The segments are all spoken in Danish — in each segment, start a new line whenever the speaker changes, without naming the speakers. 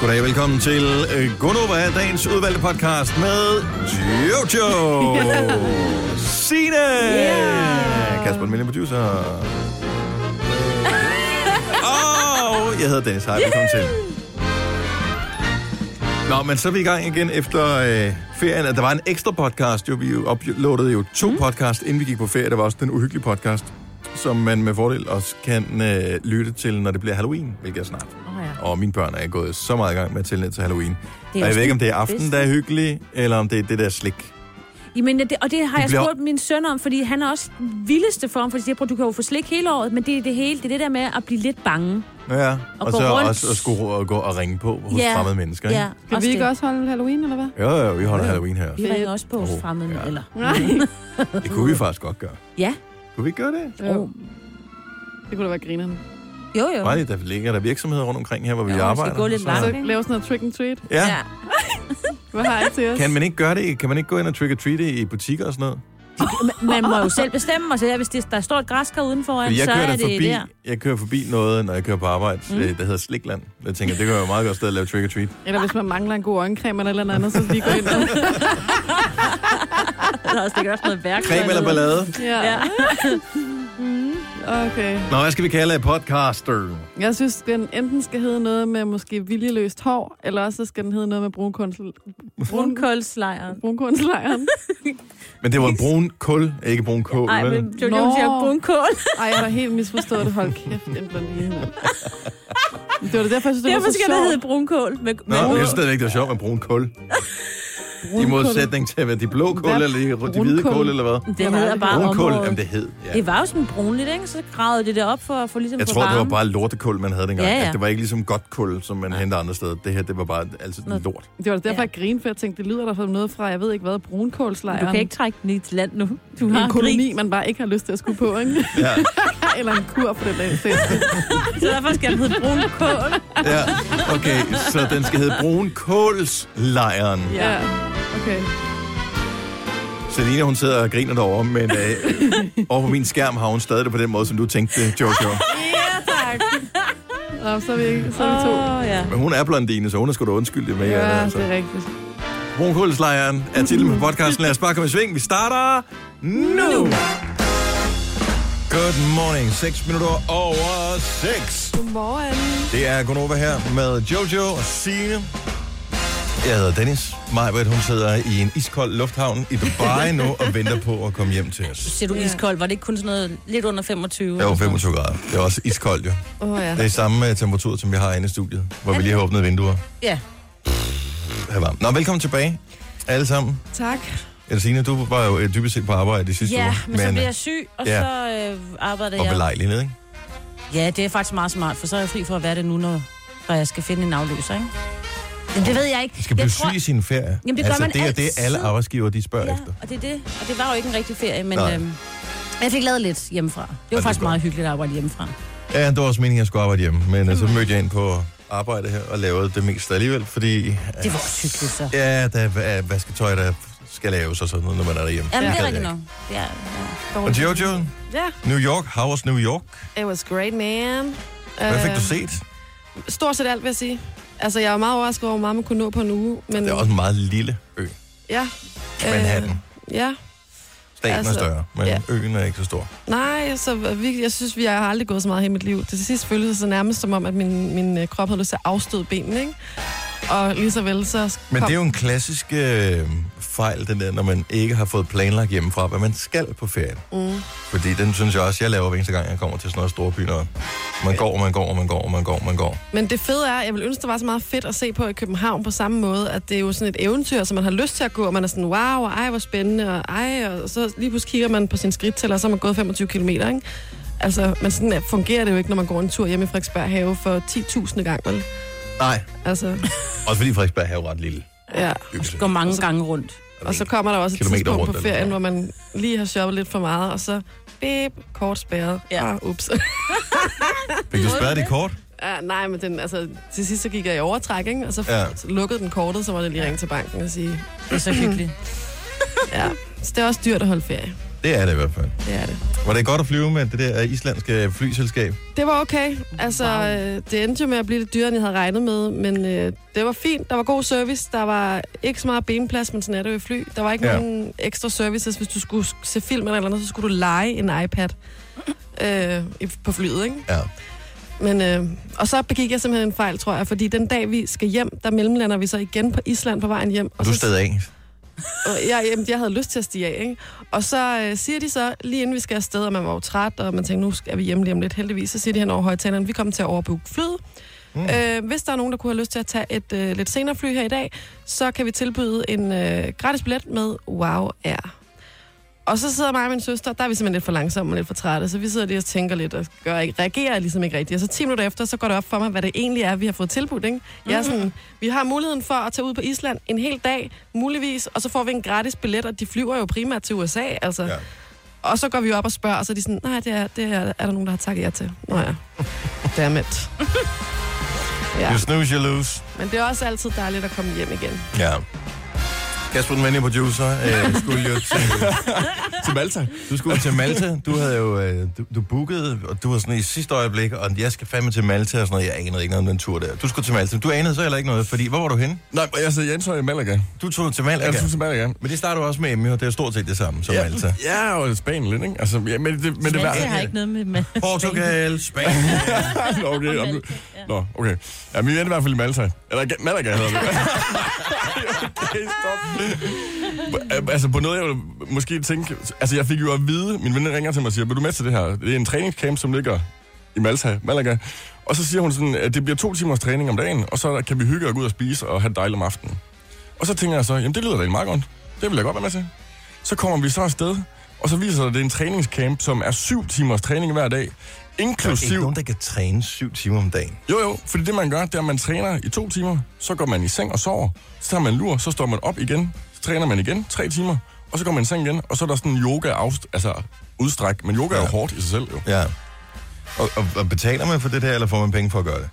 Goddag, velkommen til øh, Gunova, dagens udvalgte podcast med Jojo, Signe, yeah. Kasper Mille, producer. Og jeg hedder Dennis, hej, velkommen til. Nå, men så er vi i gang igen efter øh, ferien. Der var en ekstra podcast, jo. Vi uploadede jo to mm. podcast, inden vi gik på ferie. Der var også den uhyggelige podcast, som man med fordel også kan øh, lytte til, når det bliver Halloween, hvilket er snart.
Åh, ja.
Og mine børn er gået så meget i gang med at tælle ned til Halloween. Og jeg
også
ved ikke, om det er
det
aften,
bedste.
der er hyggelig, eller om det er det der slik.
Jamen, det, og det har
Det
jeg
bliver-
spurgt min søn om, fordi han er også den vildeste form, fordi jeg siger, "Bror, du kan jo få slik hele året, men det er det hele, det er det der med at blive lidt bange.
Ja, og,
Og
og
gå
så
rundt.
også at skulle ro- og gå og ringe på hos
Ja.
fremmede mennesker. Ikke?
Ja,
Skal vi ikke også holde Halloween, eller hvad?
Jo, jo, vi holder Halloween her.
Vi ringer også på hos
Åh,
fremmede,
ja.
eller?
Nej.
Det kunne vi faktisk godt gøre.
Ja.
Kunne vi ikke gøre det?
Jo,
Det kunne da være grineren.
jo. jo.
Meget, der ligger der virksomheder rundt omkring her, hvor vi
Ja, man skal
arbejder.
gå lidt
Så-
langt.
Så
Okay.
lave sådan noget trick and treat.
Ja.
ja.
Hvad har I til os?
Kan man ikke gøre det? Kan man ikke gå ind og trick-or-treate i butikker og sådan noget?
Man må jo selv bestemme, og så hvis det, der står et græskar udenfor,
Fordi jeg
så
kører,
er
der
det
forbi,
der.
jeg kører forbi noget, når jeg kører på arbejde, mm. der hedder Slikland. Jeg tænker, det kan jo meget godt sted at lave trick-or-treat.
Eller hvis man mangler en god øjencreme eller et eller andet, så lige gå ind og...
Der er også, det kan også noget værk.
Creme eller ballade?
Ja. Mm,
Ja.
Okay.
Nå, hvad skal vi kalde podcaster?
Jeg synes, den enten skal hedde noget med måske viljeløst hår, eller også så skal den hedde noget med brunkunsel...
Brunkålslejren.
brunkunslejren.
Men det var brun kul, ikke brun kål,
Nej,
vel?
men det var lige, hun siger
Nå.
brunkål.
Ej, jeg har helt misforstået det. Hold kæft, en blondine. mand. Det var da derfor, jeg synes, det var
Derfor
så
skal
sjovt.
der hedde brunkål. Med,
Nå,
med
jeg
ål.
synes stadigvæk, det var sjovt med brun kul. I
Brunkul.
modsætning til, hvad de blå kul,
Hvad?
eller de, de hvide
Brunkul.
kul, eller hvad?
det hedder bare
Brun kul,
området.
jamen det hed, ja.
Det var jo sådan brunligt, ikke? Så gravede det der op for, for ligesom
Jeg
for
tror, det var
varmen.
bare lortekul, man havde dengang.
Ja, ja.
Altså, Det var ikke ligesom godt kul, som man henter andre steder. Det her, det var bare altid
Nå.
lort.
Det var da
Ja.
derfor, jeg grinede, for jeg tænkte, det lyder der som noget fra, jeg ved ikke hvad, brunkålslejren.
Du kan ikke trække den i et land nu. Du har
en koloni, man bare ikke har lyst til at skulle på, ikke?
Ja,
Eller en kur for den dag. selv.
Rig, så derfor skal den hedde brun kål.
ja. Okay, så den skal hedde Brun Kålslejren.
Ja. Okay.
Selina, hun sidder og griner derovre, men øh, over på min skærm har hun stadig det på den måde, som du tænkte, Jojo.
Ja, tak.
Nå, så er vi, ikke- så er vi to.
Åh, ja.
Men hun er blondine, så hun er sgu da undskyldig med.
Ja,
altså.
det er rigtigt.
Brunkulslejren er titlen på podcasten. Lad os bare komme i sving. Vi starter nu. Good morning. 6 minutter over 6.
Godmorgen.
Det er Gunova her med Jojo og Signe. Jeg hedder Dennis. Majbert, hun sidder i en iskold lufthavn i Dubai nu og venter på at komme hjem til os.
Ser du iskold? Var det ikke kun sådan noget lidt under 25?
Det var 25 grader. Det er også iskoldt, jo.
Åh oh, ja.
Det er samme øh, temperatur, som vi har inde i studiet, hvor vi lige har åbnet vinduer.
Ja.
Her varmt. Nå, velkommen tilbage, alle sammen.
Tak.
Eller Signe, du var jo øh, dybest set på arbejde de sidste
Ja,
uger.
men så
øh,
bliver jeg syg, og
ja.
så øh, arbejder
Og
jeg.
belejlighed, ikke?
Ja, det er faktisk meget smart, for så er jeg fri for at være det nu, når, når jeg skal finde en afløser, ikke? Men det ved jeg ikke.
Man skal blive
jeg
syg i sin ferie.
Jamen, det gør
altså,
man
det er det,
altid.
alle arbejdsgiver, de spørger
ja,
efter.
og det er det. Og det var jo ikke en rigtig ferie, men
Nej.
øhm, jeg fik lavet lidt hjemmefra. Det var
det er
faktisk
godt.
meget hyggeligt at arbejde hjemmefra.
Ja, det var også meningen, at jeg skulle arbejde hjemme, men
Mm.
øh, så mødte jeg ind på arbejde her og lavede det meste alligevel, fordi...
Det var også hyggeligt, så.
Ja, der er vasketøj, der skal laves og sådan noget, når man er derhjemme.
Jamen, det er
gad
rigtigt
jeg
nok. Ja, ja.
ikke. Og Jojo,
Ja.
New York, how was New York?
It was great, man.
Hvad fik
Øh,
du set?
Stort set alt, vil jeg sige. Altså, jeg er meget overrasket over, hvor meget man kunne nå på en uge. Men,
Det
mm.
er også en meget lille ø,
Ja. Øh,
Manhattan.
Øh,
ja.
Staten
altså,
er større, men
ja.
øen er ikke så stor.
Nej, så virkelig, jeg synes, vi har aldrig gået så meget her i mit liv. Til sidst føltes det så nærmest som om, at min, min øh, krop havde lyst til at afstøde benene, ikke? Og lige så vel, så
Men det er jo en klassisk øh, fejl, den der, når man ikke har fået planlagt hjemmefra, hvad man skal på ferien.
Mm.
Fordi den synes jeg også, jeg laver hver eneste gang, jeg kommer til sådan noget store by noget. Man går, man går, man går, man går, man går.
Men det fede er, jeg vil ønske, der var så meget fedt at se på i København på samme måde, at det er jo sådan et eventyr, som man har lyst til at gå, og man er sådan, wow, og ej, hvor spændende, og ej, og så lige pludselig kigger man på sin skridttæller, og så er man gået 25 km, ikke? Altså, men sådan fungerer det jo ikke, når man går en tur hjemme i Frederiksberg Have for 10.000 gang, vel?
Nej,
Altså,
også fordi Frederiksberg er jo ret lille.
ja.
Øse.
Går mange gange rundt.
Og så kommer der også et
Kilometer
tidspunkt
rundt,
på
eller
ferien,
hvad?
hvor man lige har shoppet lidt for meget, og så bip, kort spærret.
Ja.
Ja. Ah, ups.
Fik du spærret det kort?
ja, nej, men den, altså, til sidst så gik jeg i overtræk, ikke? Og så,
Ja.
ja. så lukkede den kortet, så var det lige ringe til banken og sige,
Det er så hyggeligt.
Ja, så det er også dyrt at holde ferie.
Det er det i hvert fald.
Det er det.
Var det godt at flyve med det der øh, islandske flyselskab?
Det var okay. Altså, wow. det endte jo med at blive lidt dyrere, end jeg havde regnet med, men øh, det var fint. Der var god service. Der var ikke så meget benplads, men sådan er det jo i fly. Der var ikke
Ja.
ja. nogen ekstra services. Hvis du skulle se film eller et eller andet, så skulle du lege en iPad øh, i- på flyet, ikke?
Ja.
Men, øh, og så begik jeg simpelthen en fejl, tror jeg, fordi den dag, vi skal hjem, der mellemlander vi så igen på Island på vejen hjem.
Og du
så-
stod af.
og jeg, jamen, jeg havde lyst til at stige af, ikke? Og så øh, siger de så, lige inden vi skal afsted, og man var jo træt, og man tænkte, nu er vi hjemme lige om lidt heldigvis, så siger de hen over højtaleren, vi kommer til at overbooke flyet. Mm. Øh, hvis der er nogen, der kunne have lyst til at tage et øh, lidt senere fly her i dag, så kan vi tilbyde en øh, gratis billet med Wow Air. Og så sidder mig og min søster, der er vi simpelthen lidt for langsomme og lidt for trætte, så vi sidder lige og tænker lidt og gør ikke, reagerer ligesom ikke rigtigt. Og så 10 minutter efter, så går det op for mig, hvad det egentlig er, vi har fået tilbudt. Ikke? Jeg er sådan, vi har muligheden for at tage ud på Island en hel dag, muligvis, og så får vi en gratis billet, og de flyver jo primært til USA. Altså.
Ja.
Ja. Og så går vi op og spørger, og så er de sådan, nej, det er, det er, er der nogen, der har takket jer til. Nå ja, dammit. Ja,
You snooze, you lose.
men det er også altid dejligt at komme hjem igen.
Ja. Kasper, den venlige producer, øh, skulle jo til,
Til Malta.
du skulle til Malta. Du havde jo øh, du, du bookede, og du var sådan i sidste øjeblik, og jeg skal fandme til Malta og sådan noget. Jeg anede ikke noget om den tur der. Du skulle til Malta. Du anede så heller ikke noget, fordi hvor var du henne?
Nej, men jeg sidder Jansson i Malaga.
Du tog til Malta.
Jeg tog til Malaga.
Men det starter du også med, Emmy, og det er stort set det samme som Malta.
Ja, og Spanien lidt, ikke? Altså, ja, men det, men det
Men
var...
det har ikke noget med... med
Portugal, Spanien.
Nå, okay. om-
Malta, ja.
Nå, okay. Ja, vi endte i hvert fald i Malta. Eller Malaga hedder det. okay, stop. Altså på noget, jeg ville måske tænke... Altså jeg fik jo at vide, min veninde ringer til mig og siger, vil du med til det her? Det er en træningscamp, som ligger i Malta, Malaga. Og så siger hun sådan, at det bliver to timers træning om dagen, og så kan vi hygge og gå ud og spise og have det dejligt om aftenen. Og så tænker jeg så, jamen det lyder da egentlig meget godt. Det vil jeg godt være med til. Så kommer vi så afsted, og så viser det, at det er en træningscamp, som er syv timers træning hver dag,
Ikke
inklusiv...
nogen, der kan træne syv timer om dagen.
Jo, jo, fordi det man gør, det er, at man træner i to timer, så går man i seng og sover, så tager man en lur, så står man op igen, så træner man igen tre timer, og så går man i seng igen, og så er der sådan en yoga afst- altså udstræk, men yoga er jo
Ja.
hårdt i sig selv jo.
Ja. Og, og, og betaler man for det der, eller får man penge for at gøre det?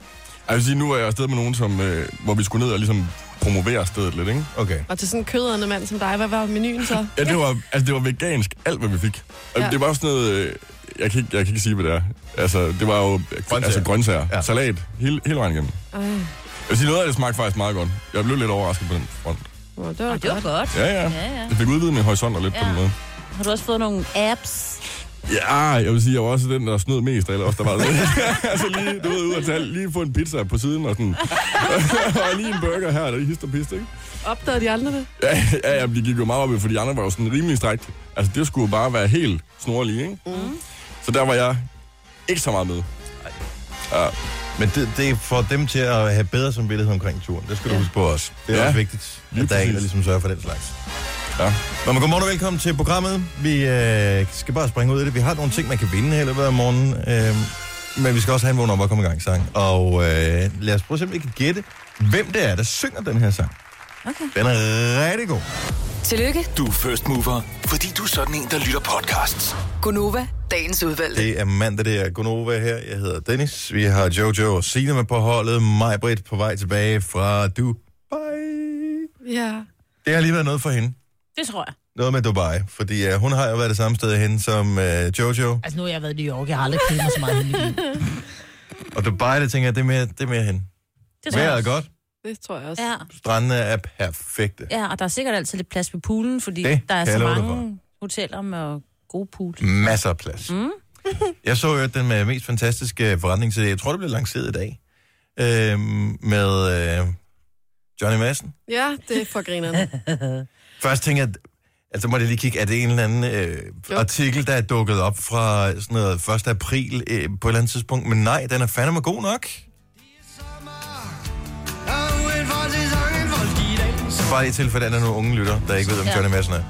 Jeg vil sige, nu er jeg afsted med nogen, som, øh, hvor vi skulle ned og ligesom promovere stedet lidt, ikke?
Okay.
Og til sådan en køderne mand som dig, hvad var menuen så?
Ja, det var, altså, det var vegansk, alt hvad vi fik. Ja.
Ja.
Det var også sådan noget, øh, jeg kan, ikke, jeg kan ikke sige, hvad det er. Altså, det var jo grøntsager, altså, grøntsager
Ja.
ja. salat, hele, hele vejen igennem.
Ej,
Jeg vil sige, noget af det smagte faktisk meget godt. Jeg blev lidt overrasket på den front.
nå, det var
Nå, det var
godt.
godt.
Ja, ja.
Ja, ja.
Jeg fik udvidet min horisonter lidt ja. på
Ja.
den måde.
Har du også fået nogle apps?
Ja, jeg vil sige, jeg var også den, der snød mest, eller også der var altså lige, du ved, ud og tage, lige få en pizza på siden, og sådan, og lige en burger her, der lige hist og pist, ikke?
Opdagede de aldrig det?
Ja, ja, ja, de gik jo meget op i, for de andre var jo sådan rimelig strækt. Altså, det skulle jo bare være helt snorlige, ikke? Mm. Så der var jeg ikke så meget med.
Men det, det får dem til at have bedre som billede omkring turen. Det skal du ja. huske på os. Det er ja.
Ja.
også vigtigt, at
Lige
der er en, der
præcis.
ligesom sørger for den slags.
Ja.
Nå, men godmorgen og velkommen til programmet. Vi øh, skal bare springe ud af det. Vi har nogle ting, man kan vinde her i løbet af morgenen. Øh, men vi skal også have en vågen op og komme i gang sang. Og øh, lad os prøve at se, om vi kan gætte, hvem det er, der synger den her sang. Okay. Den er rigtig god.
Tillykke,
Du er first mover, fordi du er sådan en, der lytter podcasts.
Gunova, dagens udvalgte.
Det er mandag, det er Gunova her. Jeg hedder Dennis. Vi har Jojo og Signe med på holdet. Mig Britt på vej tilbage fra Dubai.
Ja.
Det har lige været noget for hende.
Det tror jeg.
Noget med Dubai, fordi øh, hun har jo været det samme sted hen som øh, Jojo.
Altså, nu har jeg været i New York. Jeg har aldrig kedet mig så meget i mit liv.
Og Dubai, der tænker jeg, det er mere, det er mere hende.
Det tror jeg
Vejret er
også.
godt,
Det tror jeg også.
Ja,
strandene er perfekte.
ja, og der er sikkert altid lidt plads ved poolen, fordi
Det
der
kan
er så
jeg love dig
mange hoteller med gode pool.
Masser af plads. Mm. jeg så jo den med mest fantastiske forretningsidé. Jeg tror, det blev lanceret i dag. Øh, med øh, Johnny Madsen.
Ja, det er for grinerne.
Først tænker jeg, altså må jeg lige kigge, er det en eller anden øh,
Jo.
artikel, der er dukket op fra sådan noget 1. april øh, på et eller andet tidspunkt? Men nej, den er fandme god nok. Bare i tilfælde, at der er nogle unge lytter, der ikke ved, om
Ja.
Johnny Madsen er.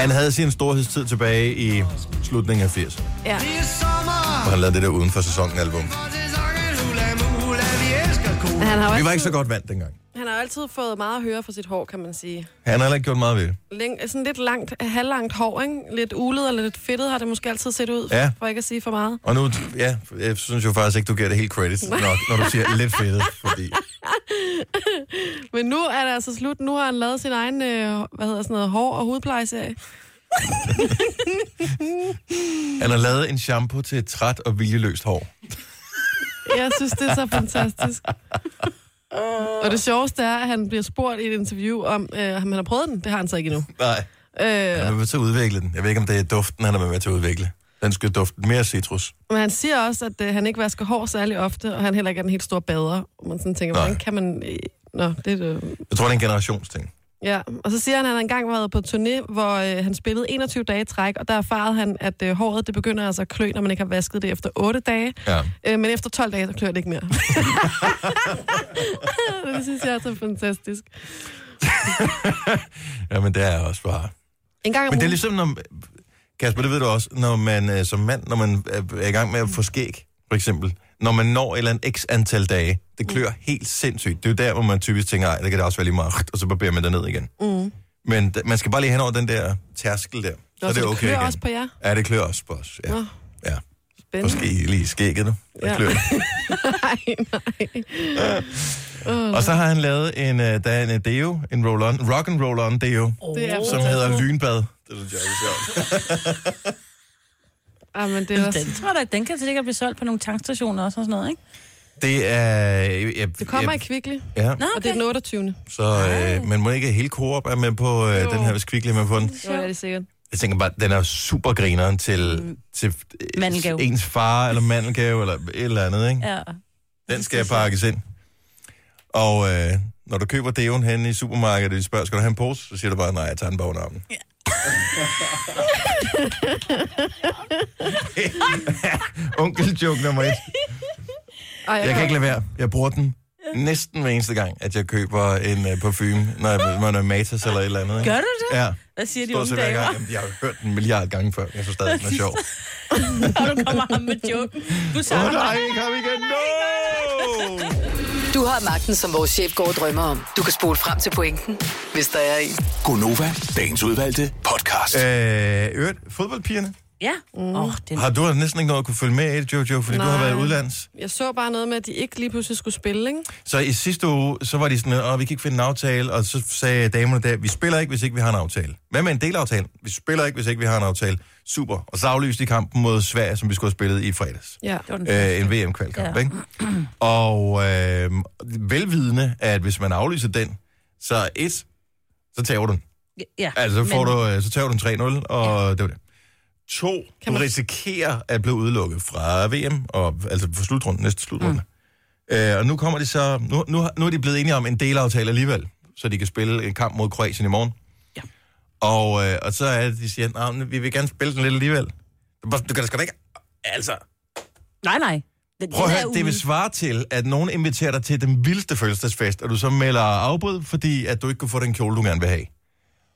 Han havde sin storhedstid tilbage i slutningen af 80'erne,
Ja.
hvor han lavede det der uden for sæsonen album.
Han har jo
Vi var
altid,
ikke så godt vant dengang.
han har jo altid fået meget at høre fra sit hår, kan man sige.
Han har heller ikke gjort meget ved det.
Læng, altså sådan lidt langt, halvlangt hår, ikke? Lidt ulet eller lidt fedtet har det måske altid set ud,
Ja.
for ikke at sige for meget.
Og nu, ja, jeg synes jo faktisk ikke, du giver det helt credit nok, når du siger lidt fedt, fordi...
Men nu er det altså slut. Nu har han lavet sin egen, øh, hvad hedder sådan noget, hår- og hudplejeserie.
Han har lavet en shampoo til et træt og viljeløst hår.
Jeg synes, det er så fantastisk. Og det sjoveste er, at han bliver spurgt i et interview om, øh, om han har prøvet den. Det har han så ikke endnu.
Nej.
Øh,
Han er med til at udvikle den. Jeg ved ikke, om det er duften, han er med til at udvikle. Den skal dufte mere citrus.
men han siger også, at øh, han ikke vasker hår særlig ofte, og han heller ikke er den helt store bader. Og man sådan tænker,
Nej.
hvordan kan man... Øh, nå, det er øh,
Jeg tror, det er en generationsting.
Ja, og så siger han, at han engang har været på turné, hvor øh, han spillede 21 dage i træk, og der erfarede han, at øh, håret det begynder altså at klø, når man ikke har vasket det efter 8 dage.
Ja.
Øh, men efter 12 dage, så klør det ikke mere. det synes jeg er så fantastisk.
Ja, men det er også bare...
En gang om
Men det er
ugen-
ligesom, når... Kasper, det ved du også, når man øh, som mand, når man øh, er- er i gang med at få skæg, for eksempel, når man når et eller andet x antal dage, det
Mm.
klør helt sindssygt. Det er jo der, hvor man typisk tænker, ej, det kan da også være lige meget, og så barberer man det ned igen.
Mm.
Men d- man skal bare lige hen over den der tærskel der, så
Nå,
er det okay
klør
igen.
også på jer.
Ja, det klør også på os. Ja.
Nå.
Ja.
Spændende.
Måske lige i skægget nu. Det
Ja.
klør.
nej, nej.
Og så har han lavet en, øh, der er en øh, deo, en roll-on, rock and roll-on deo, oh.
Det er,
som hedder Lynbad. Det synes jeg er sjovt.
ah, men det er også...
Den tror jeg da, den kan sikkert blive solgt på nogle tankstationer også og sådan noget, ikke?
Det er... øh, Jeg,
Det kommer i
jeg,
Kvickly,
Ja,
Nå,
og det er den 28.
så øh, man må ikke hele Coop er med på øh, den her, hvis Kvickly er med på den.
Jo, ja, det er sikkert.
Jeg tænker bare, den er super grineren til, til øh,
Mm. Mandelgave.
ens far eller mandelgave eller et eller andet, ikke?
Ja.
Den skal pakkes ind. Og øh, når du køber deoen henne i supermarkedet, og de spørger, skal du have en pose? Så siger du bare, nej, jeg tager den bare under armen. Ja. Onkeljoke nummer et.
Ej,
Jeg kan ikke lade være. Jeg bruger den næsten hver eneste gang, at jeg køber en øh, parfume, når jeg når jeg er i Matas eller et eller andet. Ikke?
Gør du det?
Ja.
Hvad siger de
Stort
unge
set hver
damer?
gang. Jamen, jeg har jo hørt den en milliard gange før. Jeg synes stadig, den er sjov.
Og du kommer ham med joken. Du
Åh
tager
oh,
oh,
nej, kom igen. No!
Du har magten, som vores chef går og drømmer om. Du kan spole frem til pointen, hvis der er en.
Gonova, dagens udvalgte podcast.
Øh, øvrigt, fodboldpigerne.
Ja. Åh, mm. oh, den...
Har du har næsten ikke noget at kunne følge med i det, Jojo, fordi Nej. du har
Nej.
været udlands.
Jeg så bare noget med, at de ikke lige pludselig skulle spille, ikke?
Så i sidste uge, så var de sådan, at vi kan ikke finde en aftale, og så sagde damerne der, vi spiller ikke, hvis ikke vi har en aftale. Hvad med en delaftale? Vi spiller ikke, hvis ikke vi har en aftale. Super. Og så aflyste de kampen mod Sverige, som vi skulle have spillet i fredags.
Ja.
Det var den første.
Øh, en VM-kvalkamp, ja. ikke? Og øh, velvidende, at hvis man aflyser den, så et, så tager du den.
Ja.
Altså, får
men-
du, øh, så tager du den 3-0, og ja. det var det. To, kan du
Kan man-
risikerer at blive udelukket fra VM, og, altså fra slutrunden, næste slutrunde. Mm. Øh, og nu kommer de så, nu, nu, har- nu er de blevet enige om en delaftale alligevel, så de kan spille en kamp mod Kroatien i morgen.
Ja.
Og, øh, og så er det, de siger, "Nå, men vi vil gerne spille den lidt alligevel. Du kan da sgu da ikke, altså,
Nej, nej. Den,
Prøv at
den
høre,
er
det
ude.
vil svare til, at nogen inviterer dig til den vildeste fødselsdagsfest, og du så melder afbud, fordi at du ikke kunne få den kjole, du gerne vil have.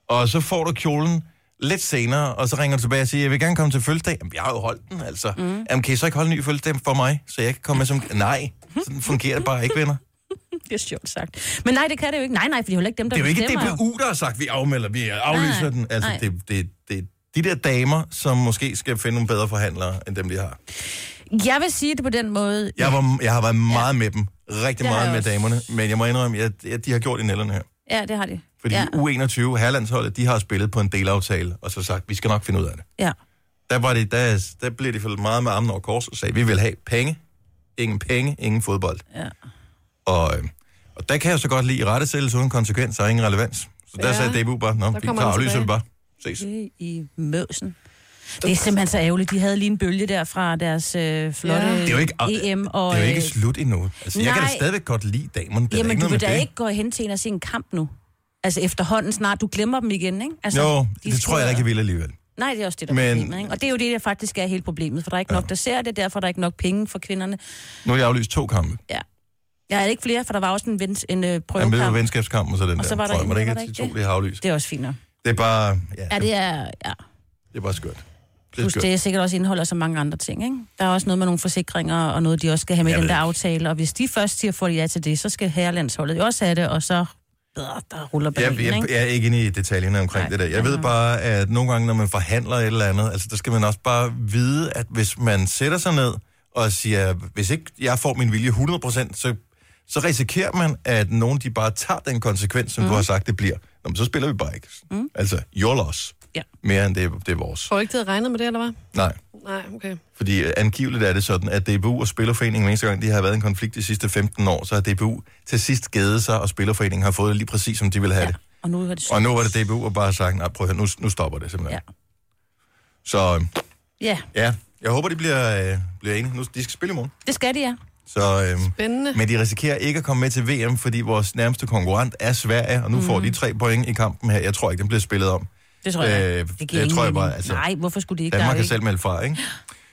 Og så får du kjolen lidt senere, og så ringer du tilbage og siger, jeg vil gerne komme til fødselsdag. Jamen, jeg har jo holdt den, altså. Mm. Jamen, kan I så ikke holde en ny fødselsdag for mig, så jeg kan komme med som... Nej, sådan fungerer det bare ikke, venner.
Det er sjovt sagt. Men nej, det kan det jo ikke. Nej, nej, for det er jo heller ikke dem, der
Det er jo ikke
bestemmer.
DBU, der har sagt, vi afmelder, vi aflyser
Nej,
den. Altså,
nej.
det, det, det, de der damer, som måske skal finde nogle bedre forhandlere, end dem, de har.
Jeg vil sige det på den måde.
Jeg, var, jeg har været meget med dem. Rigtig
Det har
meget
jeg
med
også.
damerne. Men jeg må indrømme, at at de har gjort i nælderne her.
Ja, det har de.
Fordi
Ja,
ja. U21, herlandsholdet, de har spillet på en delaftale, og så sagt, vi skal nok finde ud af det.
ja.
Der, var det, der, der blev de faldet meget med armen over kors og sagde, vi vil have penge. Ingen penge, ingen fodbold.
Ja.
Og, øh, og der kan jeg så godt lide rettesættelse uden konsekvens og ingen relevans. Så der ja.
Ja.
sagde DBU bare, nå, vi
kommer den
aflyser vi
tilbage."
bare. Ses.
Det i møsen. Det er simpelthen så ærgerligt. De havde lige en bølge der fra deres øh, flotte
Ja.
Det er jo ikke,
EM. Og,
det er jo ikke
øh,
slut endnu. Altså, jeg kan da
nej.
stadigvæk godt lide damerne. Det er
Jamen,
ikke
du
noget
vil
med
da
det.
ikke gå hen til en og se en kamp nu. Altså efterhånden snart, du glemmer dem igen, ikke? Altså,
Jo,
de
det
skal-
tror jeg da ikke, jeg vil alligevel.
Nej, det er også det, der er
Men-
problemet, ikke? Og det er jo det, der faktisk er hele problemet, for der er ikke nok, der ser det, derfor er der ikke nok penge for kvinderne.
Nu har jeg aflyst to kampe.
Jeg er ikke flere, for der var også en, vens, en øh,
Jeg med på
prøvekamp.
venskabskampen, og så den
Og
der.
så var der
Tror jeg,
en-
det
var
ikke, at
der
de
ikke
to
det?
bliver aflyst.
Det er også finere.
Det er bare, ja,
Ja, det er... Ja.
det er bare skørt. er
Plus
skørt.
det sikkert også indeholder så mange andre ting, ikke? Der er også noget med nogle forsikringer, og noget, de også skal have med i
Jeg
den
ved
der
ikke.
aftale. Og hvis de først siger, får de ja til det, så skal herrelandsholdet jo også have det, og så øh, der ruller
Jeg,
bananen,
jeg,
ikke?
jeg er ikke inde i detaljerne omkring
Nej,
det der. Jeg
nej,
ved
nej.
bare, at nogle gange, når man forhandler et eller andet, altså der skal man også bare vide, at hvis man sætter sig ned og siger, hvis ikke jeg får min vilje 100%, så, så risikerer man, at nogen de bare tager den konsekvens, som mm.
Mhm.
du har sagt, det bliver. Nå, men så spiller vi bare ikke. Mm. Altså, your loss.
Ja.
Mere end det, det er vores.
Tror du ikke, de havde regnet med det, eller hvad?
Nej.
Nej, okay.
Fordi øh, angiveligt er det sådan, at DBU og Spillerforeningen, hver eneste gang de har været i en konflikt de sidste 15 år, så har DBU til sidst givet sig, og Spillerforeningen har fået det lige præcis, som de ville have ja. det.
Og nu er det
Og nu var det DBU og bare sagt, nej, prøv at høre, nu, nu stopper det simpelthen. Ja.
Ja.
Så øh,
Ja,
ja, jeg håber, de bliver, øh, bliver enige. Nu, de skal spille i morgen.
det skal de, ja.
Så, øh,
Spændende.
men de risikerer ikke at komme med til VM, fordi vores nærmeste konkurrent er Sverige, og nu mm. får de tre point i kampen her. Jeg tror ikke, den bliver spillet om.
Mhm. Det tror jeg.
Øh,
Øh, det
det
giver ingen
tror jeg
mening.
bare, altså,
Nej, hvorfor skulle de ikke?
Danmark
Der
er
er jo
selv meldt fra, ikke?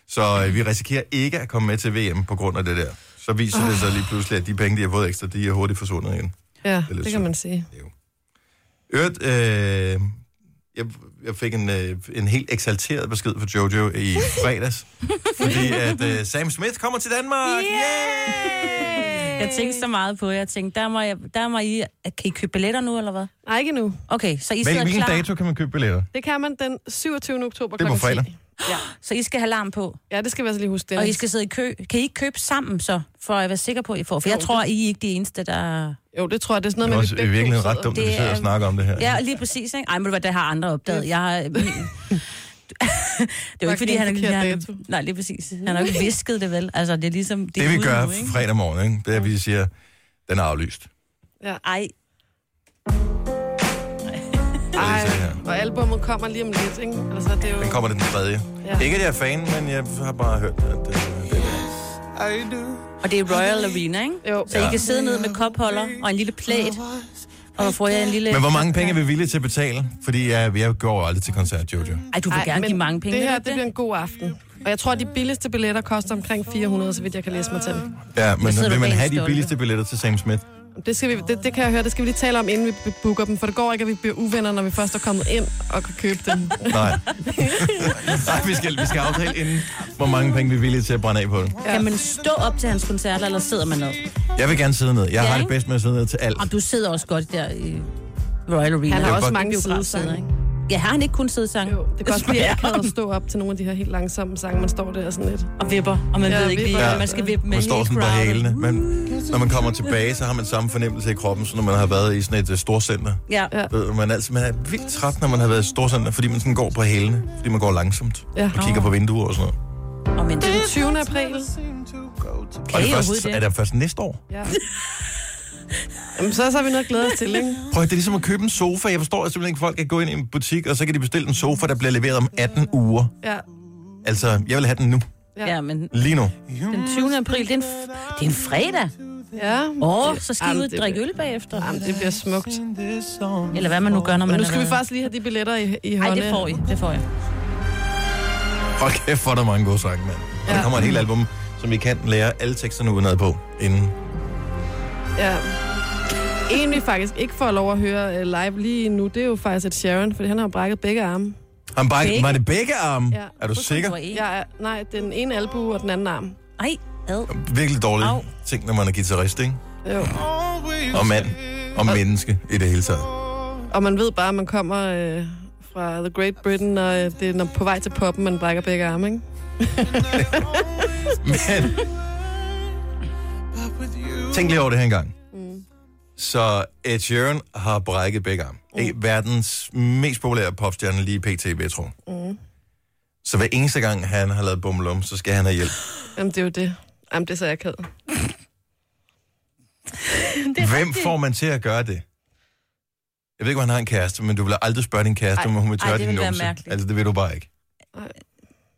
Så øh, vi risikerer ikke at komme med til VM på grund af det der. Så viser det sig lige pludselig, at de penge, de har fået ekstra, de er hurtigt forsvundet igen.
Ja,
lidt
det, det
synd.
kan man sige.
Øvrigt, øh, jeg, jeg fik en, øh, en helt eksalteret besked fra Jojo i fredags, fordi at øh, Sam Smith kommer til Danmark!
Yay! Jeg tænkte så meget på, jeg tænkte, der må, jeg, der må I... Kan I købe billetter nu, eller hvad?
Nej, ikke nu.
Okay, så I
Men
sidder
hvilken
klar,
dato kan man købe billetter?
Det kan man den 27. oktober
Det er på
klokken 10.
fredag.
så I skal have alarm på,
Ja, det skal vi altså lige huske.
og I
Dennis.
skal sidde i kø. Kan I ikke købe sammen så, for at være sikker på, at I får? For jeg
Jo,
tror, I er ikke de eneste, der...
Jo, det tror jeg, det er sådan
Det
noget
er
med...
også
vi
i
begge to
virkeligheden ret
sidder.
dumt, at vi
Det
sidder og
er-
snakker om det her.
Ja, lige præcis, ikke? Ej, men det, det har andre opdaget. Jeg har... det er jo ikke, fordi
en
han...
forkert
han
dato.
nej, lige præcis. Han har jo ikke visket det, vel? Altså, det er ligesom...
Det vi
ude
gør
nu, ikke?
fredag morgen, ikke? det er, at vi siger, den er aflyst.
Ej,
er det
Ej, og albummet kommer lige om lidt, ikke? Altså, det er jo...
Den kommer den tredje.
Ja.
Ikke at jeg er fan, men jeg har bare hørt, at øh, det er
og det er Royal Arena, ikke?
Jo.
Så I kan sidde ned med kopholder og en lille plæt, og så får jeg en lille...
Men hvor mange penge er vi villige til at betale? Fordi ja, jeg går jo aldrig til koncert, Jojo.
Ej, du vil
Ej,
gerne
men
give mange penge.
Det her,
vil du
det bliver en god aften. Og jeg tror, de billigste billetter koster omkring 400, så vidt jeg kan læse mig til.
Ja, men
sidder du
vil man
bag en
have de
stolpe.
billigste billetter til Sam Smith?
Det, skal vi, det, det kan jeg høre, det skal vi lige tale om, inden vi booker dem, for det går ikke, at vi bliver uvenner, når vi først er kommet ind og kan købe dem.
Nej. Nej, vi skal, vi skal aftale inden, hvor mange penge vi er villige til at brænde af på det.
Kan man stå op til hans koncerter, eller sidder man ned?
Jeg vil gerne sidde ned. Jeg
Ja,
har det
ikke?
bedst med at sidde ned til alt.
Og du sidder også godt der i Royal Arena.
Han har også
godt-
mange
biografsæder,
sidesange.
ikke? Ja, har han ikke kun sidesange?
Jo, det kan også blive akavet at stå op til nogle af de her helt langsomme sange, man står der og sådan lidt.
Og vipper, og man
Ja,
ved ikke lige,
vipper.
ja. man skal vippe med
Man står
hele
sådan på
crowden.
hælene. Men når man kommer tilbage, så har man samme fornemmelse i kroppen, som når man har været i sådan et øh, storcenter.
Ja. ja.
Ja.
Ved du, Man er, altså, man er vildt træt, når man har været i storcenter, fordi man sådan går på hælene. Fordi man går langsomt
Ja.
og kigger på vinduer og sådan noget.
Og men,
Den 20.
Og
april.
I
det først,
overhovedet det?
er det først næste år?
Ja. Jamen, så, så har vi noget at glæde os til, ikke?
Prøv at, det er ligesom at købe en sofa. Jeg forstår simpelthen ikke, at folk kan gå ind i en butik, og så kan de bestille en sofa, der bliver leveret om 18 uger.
Ja.
Altså, jeg vil have den nu.
ja, men
Lige nu.
den 20. april, det er en, f- det er en fredag.
Ja.
Åh, oh, så skal I
Jamen,
ud og
det
drikke
bliver-
øl bagefter.
Jamen, det bliver smukt.
Eller hvad man nu gør, når man
Men nu skal
er
vi
dernede.
faktisk lige have de billetter i, i
Ej,
hånden.
det får I, det får jeg.
Hold kæft, hvor er der mange gode sange, mand. Ja. Der
Ja.
kommer et helt album, som vi kan lære alle teksterne udenad på inden.
Ja. En vi faktisk ikke får lov at høre øh, live lige nu, det er jo faktisk et Sharon, for han har jo brækket begge arme.
Han bare,
Begge?
var det begge arme?
Ja.
Ja. Er du sikker?
Hvor er I?
Jeg er, nej, den ene albu og den anden arm.
Ej, ad.
Virkelig dårlig
Au.
ting, når man er guitarist, ikke?
Jo.
Og mand. Og menneske i det hele taget.
Og man ved bare, at man kommer øh, fra The Great Britain, og øh, det er når, på vej til poppen, man brækker begge arme, ikke?
Men... Tænk lige over det her engang. Mm. Så Ed Sheeran har brækket begge arme.
Uh.
Mm. Verdens mest populære popstjerne lige pt, vil jeg tro. Mm. Så hver eneste gang, han har lavet bummelum, så skal han have hjælp.
Jamen, det er jo det. Jamen, det er så jeg ked.
Hvem får man til at gøre det? Jeg ved ikke, om han har en kæreste, men du vil aldrig spørge din kæreste,
Ej,
om hun vil
ej,
tørre din
det ville være
numse.
mærkeligt.
Altså, det vil du bare ikke.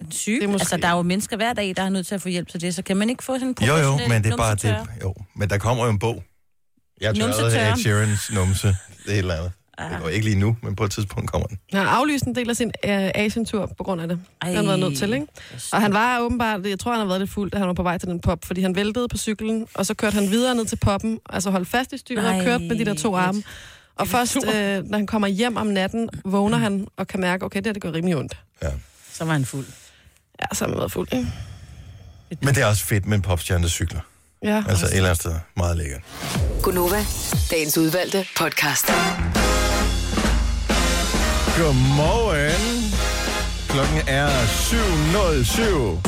En syg.
Det er måske-
Altså, der er jo mennesker hver dag, der er nødt til at få hjælp til det, så kan man ikke få sådan en
Jo,
professionel
jo, men det er bare det.
numsetørrer?
Jo, men der kommer jo en bog. Jeg tørrede
Numsetørren.
Ed Sheerans numse. Det er et eller andet.
Ah.
Det går ikke lige nu, men på et tidspunkt kommer den.
Han har aflyst en del af sin øh, Asien-tur på grund af det. Ej. Han har været nødt til, ikke? Og han var åbenbart, jeg tror, han har været lidt fuld, da han var på vej til den pop, fordi han væltede på cyklen, og så kørte han videre ned til poppen, altså holdt fast i styret
Nej,
og kørte med de der to arme. Og først, øh, når han kommer hjem om natten, vågner han og kan mærke, okay, det her, det går rimelig ondt.
Ja.
Så var han fuld.
Ja, så har man været fuld, ikke?
Men det er også fedt med en popstjerne, der cykler.
Ja.
Altså et eller andet sted. Meget lækkert.
Gunova, dagens udvalgte podcast.
Godmorgen. Klokken er 7.07.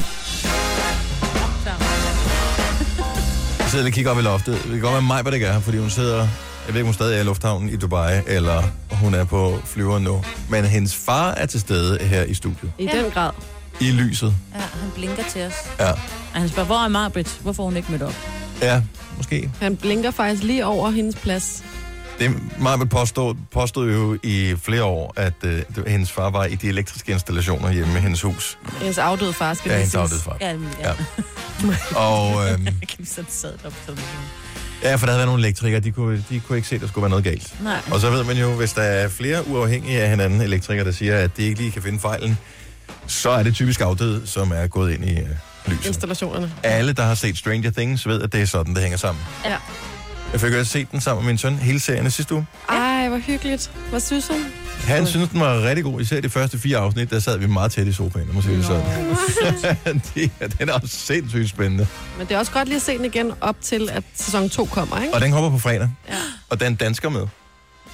Jeg sidder lige og kigger op i loftet. Det kan godt være mig, hvad det gør, fordi hun sidder... Jeg ved ikke, om hun stadig er i lufthavnen i Dubai, eller hun er på flyveren nu. Men hendes far er til stede her i studiet.
I den grad.
I lyset.
Ja, han blinker til os.
Ja.
Og han spørger, hvor er Marbrit? Hvorfor er hun ikke mødt op?
Ja, måske.
Han blinker faktisk lige over hendes plads.
Det Marvel påstod, påstod jo i flere år, at øh, det var- hendes far var i de elektriske installationer hjemme i hendes hus.
Hendes afdøde far, skal
Ja,
lige
hendes
siges.
afdøde far.
Ja, ja.
Ja. Og øh,
Kim sådan sad op som
ja, for der havde været nogle elektrikere, de kunne, de kunne ikke se, at der skulle være noget galt.
Nej.
Og så ved man jo, hvis der er flere uafhængige af hinanden elektrikere, der siger, at de ikke lige kan finde fejlen, så er det typisk afdøde, som er gået ind i øh, lyset.
Installationerne.
Alle, der har set Stranger Things, ved, at det er sådan, det hænger sammen.
Ja.
Jeg fik også set den sammen med min søn hele serien sidste uge.
Ej, hvor hyggeligt. Hvad synes hun?
Han synes, den var rigtig god. Især de første fire afsnit, der sad vi meget tæt i sofaen, må sige det sådan. det, er- den er også sindssygt spændende.
Men det er også godt lige at se den igen op til, at sæson 2 kommer, ikke?
Og den kommer på fredag.
Ja.
Og der er en dansker med.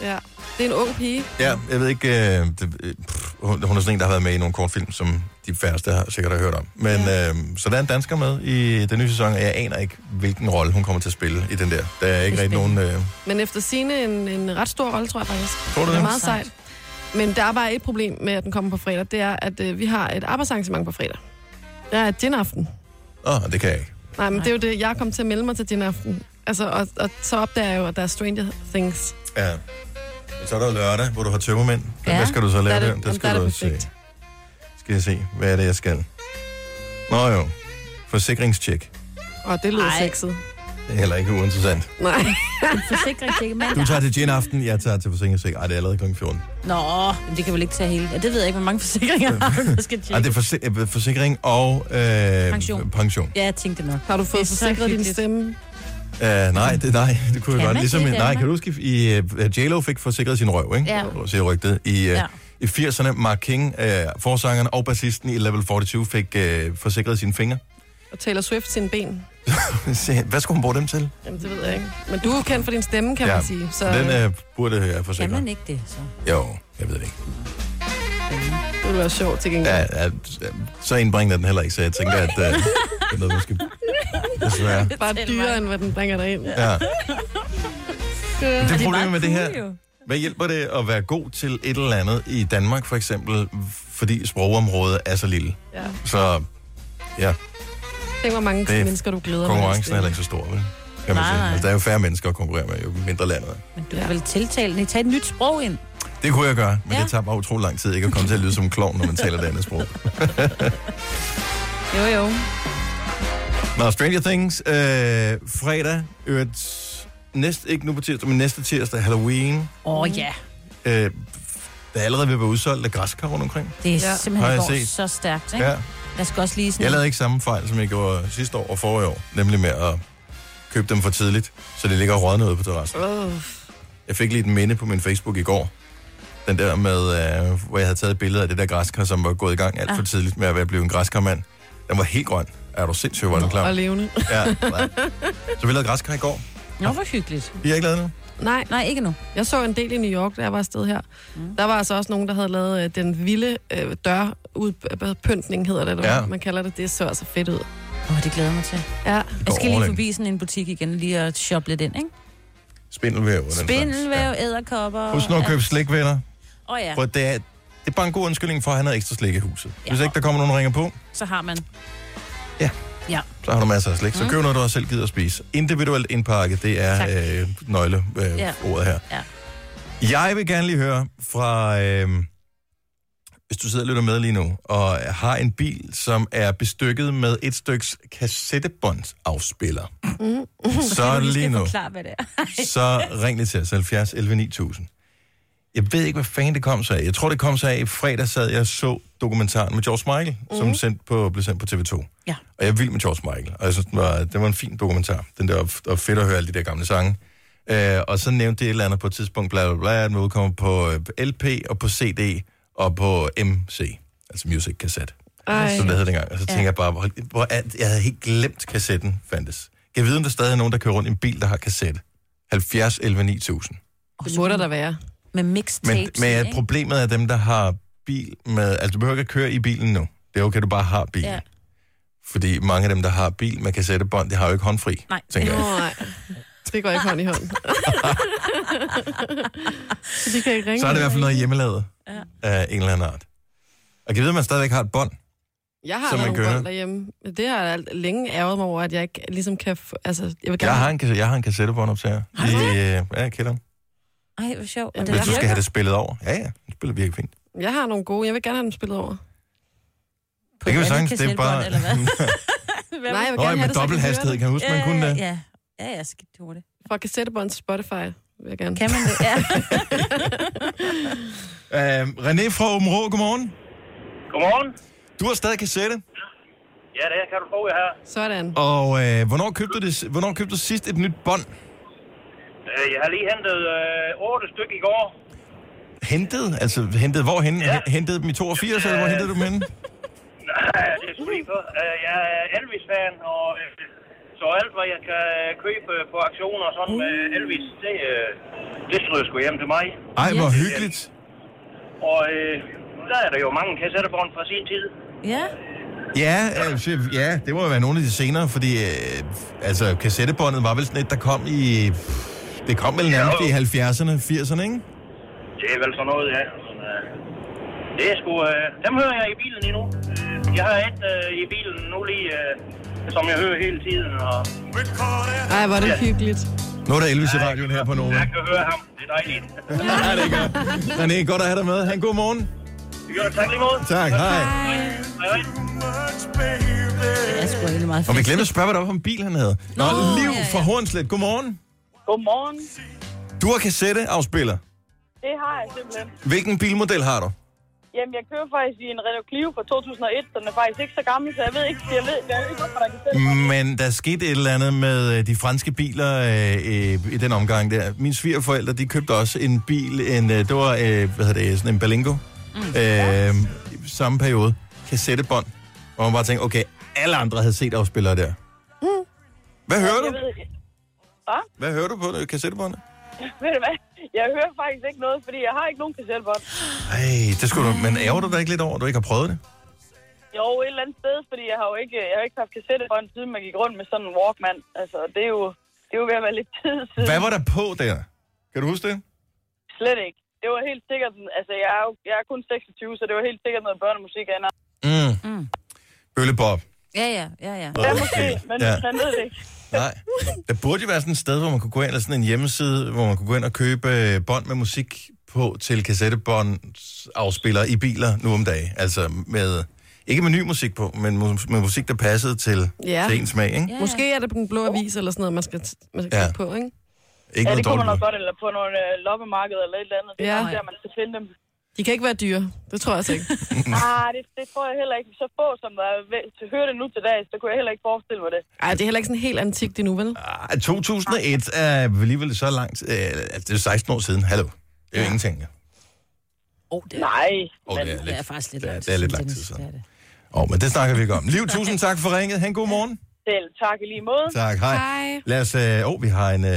ja. Det er en ung pige.
Ja, jeg ved ikke... Øh, det, øh, pff, hun hun er sådan en, der har været med i nogle kortfilm, som de færreste har sikkert har hørt om. Men øh, så der er en dansker med i den nye sæson, og jeg aner ikke, hvilken rolle hun kommer til at spille i den der. Der er ikke rigtig nogen... Øh,
Men efter sine en, en ret stor rolle, tror jeg faktisk.
tror du
Det er
det?
meget sejt. Men der er bare et problem med, at den kommer på fredag. Det er, at øh, vi har et arbejdsarrangement på fredag. Der er gin-aften.
Åh, oh, det kan jeg ikke.
Nej, men det er jo det, jeg kom til at melde mig til gin-aften. Altså, og, og så opdager jeg jo, at der er Stranger Things.
Ja. Men så er der jo lørdag, hvor du har tømmermænd. Ja.
Ja.
Hvad skal du så lave
er
der?
det-
Det,
om
skal
der er
du
det
se.
perfekt.
Skal jeg se, hvad er det, jeg skal? Nå jo, forsikringstjek.
Og det lyder
Ej.
sexet.
Det er heller ikke uinteressant.
Nej.
Forsikring til mand.
Du tager til gin aften, jeg tager til forsikringstjek. Ej, det er allerede kl. 14.
Nå, men det kan vel ikke tage hele. Ja, det ved jeg ikke, hvor mange forsikringer har du, der skal
Ej,
tjekke.
det er forsi- øh, forsikring og øh,
Pension.
pension.
Ja, jeg tænkte nok.
Har du fået
Det er så
forsikret din
hyggeligt.
stemme?
Uh, nej, det, nej, det kunne
Kan
jeg godt.
man
Ligesom,
det i
nej,
Danmark?
kan du huske, i uh, J-Lo fik forsikret sin røv, ikke?
Ja.
Eller siger rygtet. I, uh, ja.
Ja.
i 80'erne, Mark King, uh, forsangeren og bassisten i Level 44, fik uh, forsikret sine fingre.
Og Taylor Swift sine ben?
Se, Hvad skulle hun bruge dem til?
Jamen, det ved jeg ikke. Men du er jo kendt for din stemme, kan
Ja,
man sige. Så
Den
øh,
uh, burde jeg forsikre.
Kan man ikke det, så?
Jo, jeg ved det ikke.
det ville være sjovt til gengæld.
Ja, ja, så indbringer den heller ikke, så jeg tænker, at uh, det er noget, måske... Desværre.
Bare dyrere, end hvad den bringer dig ind.
Ja. Men det er problemet med det her.
cool, jo.
Hvad hjælper det at være god til et eller andet i Danmark, for eksempel, fordi sprogområdet er så lille?
Ja.
Så ja,
Tænk, hvor mange
Det er
mennesker, du glæder dig
konkurrencen er heller ikke så stor, vel? Kan man
Nej,
sige.
nej.
Altså, der er jo færre mennesker at konkurrere med, jo mindre landet er.
Men du kan vel tiltale den. Tag et nyt sprog ind.
Det kunne jeg gøre, men ja.
Ja.
det tager bare utrolig lang tid ikke at komme til at lyde som en klovn, når man taler et andet sprog.
Jo, jo.
Nå, Stranger Things, øh, fredag, øvrigt, næst, ikke nu på tirsdag, men næste tirsdag, Halloween.
Åh
Mm.
oh, ja,
Øh, der er allerede ved at være udsolgt af græskar rundt omkring.
det er
Ja.
ja.
Har
simpelthen
jeg
går
set.
så stærkt. Ikke?
Ja.
Ja. Jeg skal også lige sådan...
Jeg lavede ikke samme fejl, som jeg gjorde sidste år og forrige år, nemlig med at købe dem for tidligt, så det ligger og rådner ude på terrassen.
Oh.
Jeg fik lige et minde på min Facebook i går, den der med, øh, hvor jeg havde taget et billede af det der græskar, som var gået i gang alt for tidligt med at være blevet en græskarmand. Den var helt grøn. Er du sindssyg, hvor er den klar?
Og levende.
Ja, nej. så vi lavede græskar i går.
Nå, hvor hyggeligt.
I har ikke lavet noget?
Nej,
Nej, ikke nu.
jeg så en del i New York, da jeg var afsted her. Mm. Der var altså også nogen, der havde lavet øh, den vilde øh, dørudpyntning, hedder det, eller
Ja.
ja. man kalder det. Det så altså fedt ud.
Åh, oh, det glæder jeg mig til.
Ja.
Går
Jeg skal lige
overland.
forbi sådan en butik igen, lige at shoppe lidt ind, ikke?
Spindelvæv. og den slags.
Spindelvæv, æderkopper...
Husk nu at købe slik, venner.
Åh oh, ja,
For det er, det er bare en god undskyldning for, at han havde ekstra slik i huset. Hvis
Ja.
ikke der kommer nogen, der ringer på,
så har man.
Ja.
Ja,
så har du masser af slik. Så køb noget, du også selv gider at spise. Individuelt indpakket, det er
Mm. Tak.
øh, nøgleordet øh,
Ja.
ordet her.
Ja.
Jeg vil gerne lige høre fra... Øh, hvis du sidder og lytter med lige nu, og har en bil, som er bestykket med et styks kassettebåndsafspiller, mm. så er det lige nu.
klar hvad det er.
så ring lige til os, 70 11 9000. Jeg ved ikke, hvad fanden det kom sig af. Jeg tror, det kom sig af, i fredag sad jeg og så dokumentaren med George Michael, mm.
Mhm.
som sendt på, blev sendt på TV2.
Ja.
Og jeg er vild med George Michael, og jeg synes, den var, det var en fin dokumentar. Den der, og- og fedt at høre alle de der gamle sange. Øh, og så nævnte det et eller andet på et tidspunkt, bla bla bla, at den udkommer på øh, LP og på CD og på MC. altså music cassette,
Ej.
som det hed dengang. Og så tænker jeg bare, hvor, hvor er, jeg havde helt glemt kassetten fandtes. Jeg ved, om der stadig er nogen, der kører rundt i en bil, der har kassette. 70, 11, 9000.
Det må der da være.
Med
Men,
mixtapes.
men
ikke?
problemet er dem, der har bil med... Altså, du behøver ikke at køre i bilen nu. Det er okay, du bare har bilen. Ja.
Ja.
Fordi mange af dem, der har bil med kassettebånd, det har jo ikke håndfri,
Nej.
tænker
Nå,
jeg.
nej. Det går ikke hånd i hånd. Så de kan ikke ringe.
Så er det i hvert fald noget hjemmelavet ja. af en eller anden art. Og kan jeg vide, at man stadigvæk har et bånd?
Jeg har
som man
allerede
gør.
nogle bånd derhjemme. Det har jeg alt- længe ærget mig over, at jeg ikke ligesom kan... F- altså, jeg vil gerne...
Jeg har en, kasse- jeg har en kassettebånd op til jer. I, øh, ja, jeg kender dem.
Ej, hvor sjovt. Og
Jamen,
det
Hvis
der
du skal
virker.
have det spillet over. Ja, ja. Det spiller virkelig fint.
jeg har nogle gode. Jeg vil gerne have dem spillet over.
på
Det kan vi
et andet
sagtens. Det er bare...
kassettebånd, Eller hvad? Øh,
Nej, jeg vil
Nå,
gerne
ja,
have
med
det, så jeg
dobbelt
kan høre
hastighed. Kan du huske, man kunne det?
Ja, ja, ja skidt hurtigt.
det. Fra kassettebånd til Spotify vil jeg gerne.
Kan man det? Ja.
Øh, René fra Åben Rå, godmorgen.
Godmorgen.
Du har stadig kassette.
Ja, det er, kan du få jer her.
Sådan.
Og øh, hvornår, købte du det, hvornår købte du sidst et nyt bånd?
Øh, Jeg har lige hentet øh, 8 stykker i går.
Hentet? Altså, hentet hvor henne? Ja.
Ja.
Hentede dem i 82, eller hvor hentede du dem henne?
Nej, det er sgu lige for. Øh, Jeg er Elvis-fan, og øh, så alt, hvad jeg kan øh, købe på aktioner og sådan med Elvis, det, øh, det smider sgu hjem til mig. Øh,
Ej, hvor hyggeligt.
Og øh, der er der jo mange kassettebånd fra sin tid.
ja.
Ja, altså, ja, det må jo være nogle af de senere, fordi øh, altså, kassettebåndet var vel sådan et, der kom i... Det kom vel nærmest i 70'erne, 80'erne, ikke?
Det er vel sådan noget, ja. Men, øh, det er sgu... Øh, dem hører jeg i bilen endnu. Øh, Jeg har et øh, i bilen nu lige, øh, som jeg hører hele tiden, og
Ej, hvor er det hyggeligt.
Nu er der Elvis i radioen her på Nova.
jeg kan høre ham. Det er dejligt.
Ja, det er godt. René, godt at have dig med. Han, god morgen.
Jo, tak lige måde.
Tak, hej.
Hej, hej.
Det er sgu egentlig meget
Og
fedt.
vi glemte at spørge, hvad der var for en bil, han havde. Nå, Nå Liv
ja, ja.
fra Hornslet, godmorgen.
Godmorgen.
Du har kassetteafspiller.
Det har jeg simpelthen.
Hvilken bilmodel har du?
Jamen, jeg kører faktisk i en Renault Clio fra 2001. Den er faktisk ikke så gammel, så jeg ved ikke, jeg ved, jeg ved ikke hvorfor der kan sætte mig.
Men der skete et eller andet med øh, de franske biler øh, øh, i den omgang der. Mine svigerforældre, de købte også en bil, en, øh, det var, øh, hvad hedder det, sådan en Berlingo, mm. øh, i samme periode, kassettebånd, hvor man bare tænkte, okay, alle andre havde set afspillere der. Mm. Hvad hører
Jeg
du?
ved ikke.
Hvad hører du på øh, kassettebåndet?
Ved du hvad? Jeg hører faktisk ikke noget, fordi jeg har ikke nogen kassettebånd.
Ej, det skulle du, men ærger du dig ikke lidt over, at du ikke har prøvet det?
Jo, et eller andet sted, fordi jeg har jo ikke, jeg har ikke haft kassettebånd, siden man gik rundt med sådan en Walkman. Altså, det er jo, det er jo ved at være lidt tid siden.
Hvad var der på der? Kan du huske det?
Slet ikke. Det var helt sikkert, altså jeg er, jo, jeg er kun 26, så det var helt sikkert noget børnemusik af en art.
Mm. mm. Bøllebop.
Ja, ja, ja, ja.
Ja, måske, men
Ja.
ja. man ved det ikke.
Nej. Der burde jo være sådan et sted, hvor man kunne gå ind, eller sådan en hjemmeside, hvor man kunne gå ind og købe øh, bånd med musik på til kassettebåndsafspillere i biler nu om dagen. Altså med, ikke med ny musik på, men mus- med musik, der passede til,
Ja.
til ens smag, ikke? Ja.
Måske er det den blå avis eller sådan noget, man skal, man skal
Ja.
ja. på, ikke?
Ikke
Ja,
noget
det kunne man
dårligt.
nok godt, eller på nogle øh, loppemarkeder eller et eller andet. Det er
Ja.
nok der, man skal finde dem.
De kan ikke være dyre. Det tror jeg altså ikke.
Mm.
Ah, det, det tror jeg heller ikke. Så få som der er ved- til hører det nu til dags, så kunne jeg heller ikke forestille mig det.
Ej, det er heller ikke sådan helt antikt endnu, vel?
Ah, 2001 er alligevel så langt, øh, altså, det er 16 år siden, hallo. Det er jo ja. ingenting, ja.
Oh, det, er,
Nej,
Og det er
det er
lidt.
faktisk lidt
Det er-
lang
det er lidt lang
siden,
tid siden.
det er det.
Åh, oh, men det snakker vi ikke om. Liv, tusind tak for ringet. Han god morgen.
selv tak i lige måde.
Tak, hej.
Hej.
Lad os... Åh, øh, oh, vi har en øh,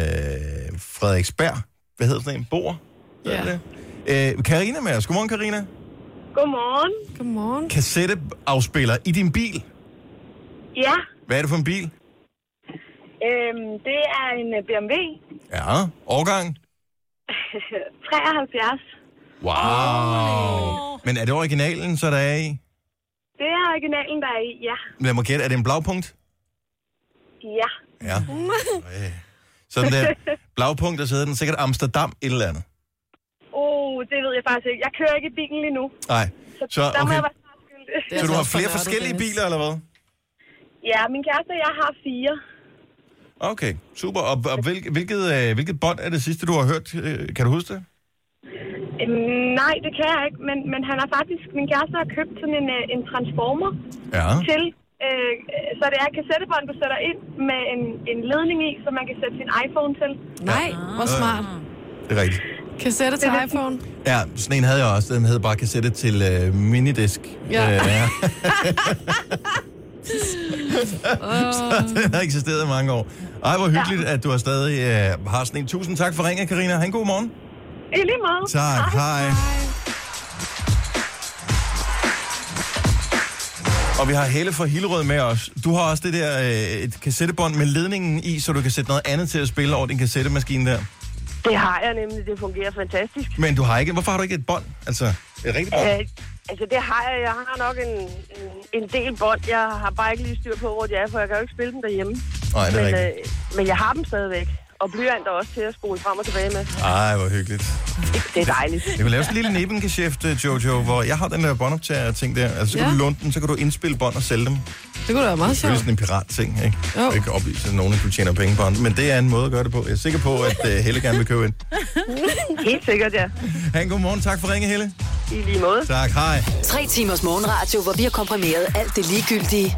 Frederiksberg. Hvad hedder sådan en? Bor?
Ja.
Øh, Karina med os. Godmorgen, Karina.
Godmorgen.
Godmorgen.
Kassetteafspiller i din bil.
Ja,
Hvad er det for en bil?
øhm, det er en BMW
Ja, årgang.
73.
Wow. Men er det originalen, så der er i?
Det er originalen, der er i, ja.
Lad mig gætte, er det en blaupunkt?
Ja,
Ja. Øh. Sådan der. Blaupunkt, der sidder den sikkert Amsterdam et eller andet.
oh, det ved jeg faktisk ikke. Jeg kører ikke i bilen lige nu,
Nej. Så,
der må
okay.
jeg være snart skyldig.
Det er
så du
altså
har
også for
flere
nørdet,
forskellige
Dennis.
biler, eller hvad?
Ja, min kæreste og jeg har fire.
Okay, super. Og, og hvil, hvilket, øh, hvilket bånd er det sidste, du har hørt? Øh, Kan du huske det?
Øhm, nej, det kan jeg ikke, men, men han har faktisk, min kæreste har købt sådan en, øh, en transformer
Ja.
til, øh, så det er et kassettebånd, du sætter ind med en, en ledning i, så man kan sætte sin iPhone til.
Nej, hvor smart.
Det er rigtigt.
Kassette til iPhone.
Ja, sådan en havde jeg også. Den hed bare kassette til øh, minidisk.
Ja.
Øh, Så den har eksisteret i mange år. Ej, hvor hyggeligt, ja. at du har stadig øh, har sådan en. Tusind tak for ringen, Karina. Ha' en god morgen.
I lige meget.
Tak, hej. Og vi har Helle fra Hillerød med os. Du har også det der øh, et kassettebånd med ledningen i, så du kan sætte noget andet til at spille over din kassettemaskine der.
Det har jeg nemlig. Det fungerer fantastisk.
Men du har ikke... Hvorfor har du ikke et bånd? Altså, et rigtigt bånd?
Øh, altså, det har jeg. Jeg har nok en, en- en del bånd. Jeg har bare ikke lige styr på, hvor de er, for jeg kan jo ikke spille dem derhjemme.
Nej, det er
men, øh,
rigtigt.
men jeg har dem stadigvæk. Og blyanter også til at skrue frem og tilbage med.
Ej, hvor hyggeligt.
Det er dejligt.
Jeg kunne lave sådan en lille nebengeschæft, øh, Jojo, hvor jeg har den der båndoptager ting der. Altså, så kan
Ja.
du låne den, så kan du indspille bånd og sælge dem.
Det kunne da være meget
Det er
sjovt.
sådan en pirat-ting, ikke?
Jo.
Jeg kan ikke opvise til nogen, at du tjener penge på den. Men det er en måde at gøre det på. Jeg er sikker på, at uh, Helle gerne vil købe ind.
Helt sikkert, ja.
Ha' en god morgen. Tak for ringe, Helle.
I lige måde.
Tak. Hej.
Tre timers morgenradio, hvor vi har komprimeret alt det ligegyldige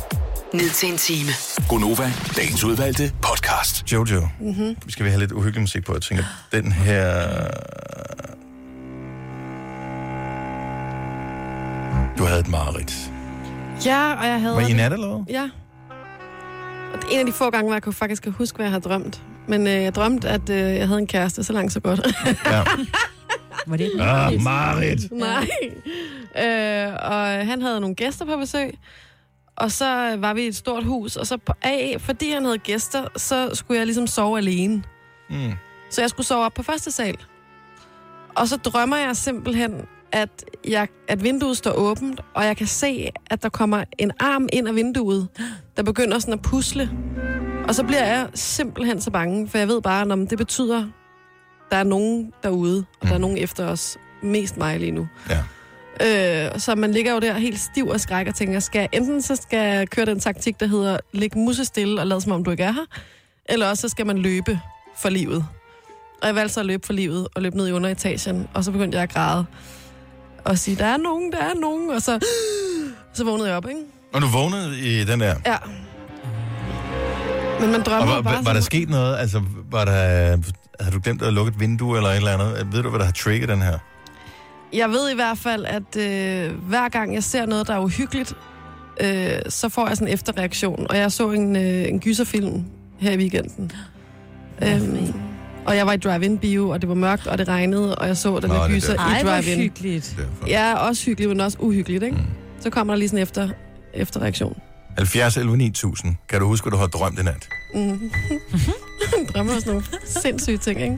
ned til en time.
Gonova, dagens udvalgte podcast.
Jojo,
Mhm.
mm-hmm. vi skal vi have lidt uhyggelig musik på. Jeg tænker, den her... Du havde et mareridt.
Ja, og jeg havde...
Var I i nat eller hvad?
Ja. Og det er en af de få gange, hvor jeg kunne faktisk kan huske, hvad jeg har drømt. Men øh, jeg drømte, at øh, jeg havde en kæreste, så langt så godt.
Ja.
Var det ikke
Ah, mareridt.
Nej. Øh, og han havde nogle gæster på besøg. Og så var vi i et stort hus, og så på af, fordi han havde gæster, så skulle jeg ligesom sove alene. Mm. Så jeg skulle sove op på første sal. Og så drømmer jeg simpelthen, at, jeg, at vinduet står åbent, og jeg kan se, at der kommer en arm ind af vinduet, der begynder sådan at pusle. Og så bliver jeg simpelthen så bange, for jeg ved bare, at det betyder, der er nogen derude, og der er nogen efter os. Mest mig lige nu.
Ja.
Øh, så man ligger jo der helt stiv og skræk og tænker, skal jeg, enten så skal jeg køre den taktik, der hedder, læg musse stille og lad som om du ikke er her, eller også så skal man løbe for livet. Og jeg valgte så at løbe for livet og løbe ned i underetagen, og så begyndte jeg at græde og sige, der er nogen, der er nogen, og så, så vågnede jeg op, ikke?
Og du vågnede i den der.
Ja. Men man
Og
drømmer
var,
jo
var,
bare...
var
sådan-
der sket noget? Altså, var der... Havde du glemt at lukke et vindue eller et eller andet? Ved du, hvad der har trigget den her?
Jeg ved i hvert fald, at øh, hver gang jeg ser noget, der er uhyggeligt, øh, så får jeg sådan en efterreaktion. Og jeg så en, øh, en gyserfilm her i weekenden. Øhm, og jeg var i drive-in-bio, og det var mørkt, og det regnede, og jeg så den
Nå,
der
det
gyser
der.
i
Ej, hvor
drive-in.
hyggeligt.
Derfor.
Ja, også hyggeligt, men også uhyggeligt, ikke?
Mm.
Så kommer der lige sådan en efter, efterreaktion.
70 11 9000. Kan du huske, hvad du har drømt i nat?
Jeg mm. drømmer også nogle sindssyge ting, ikke?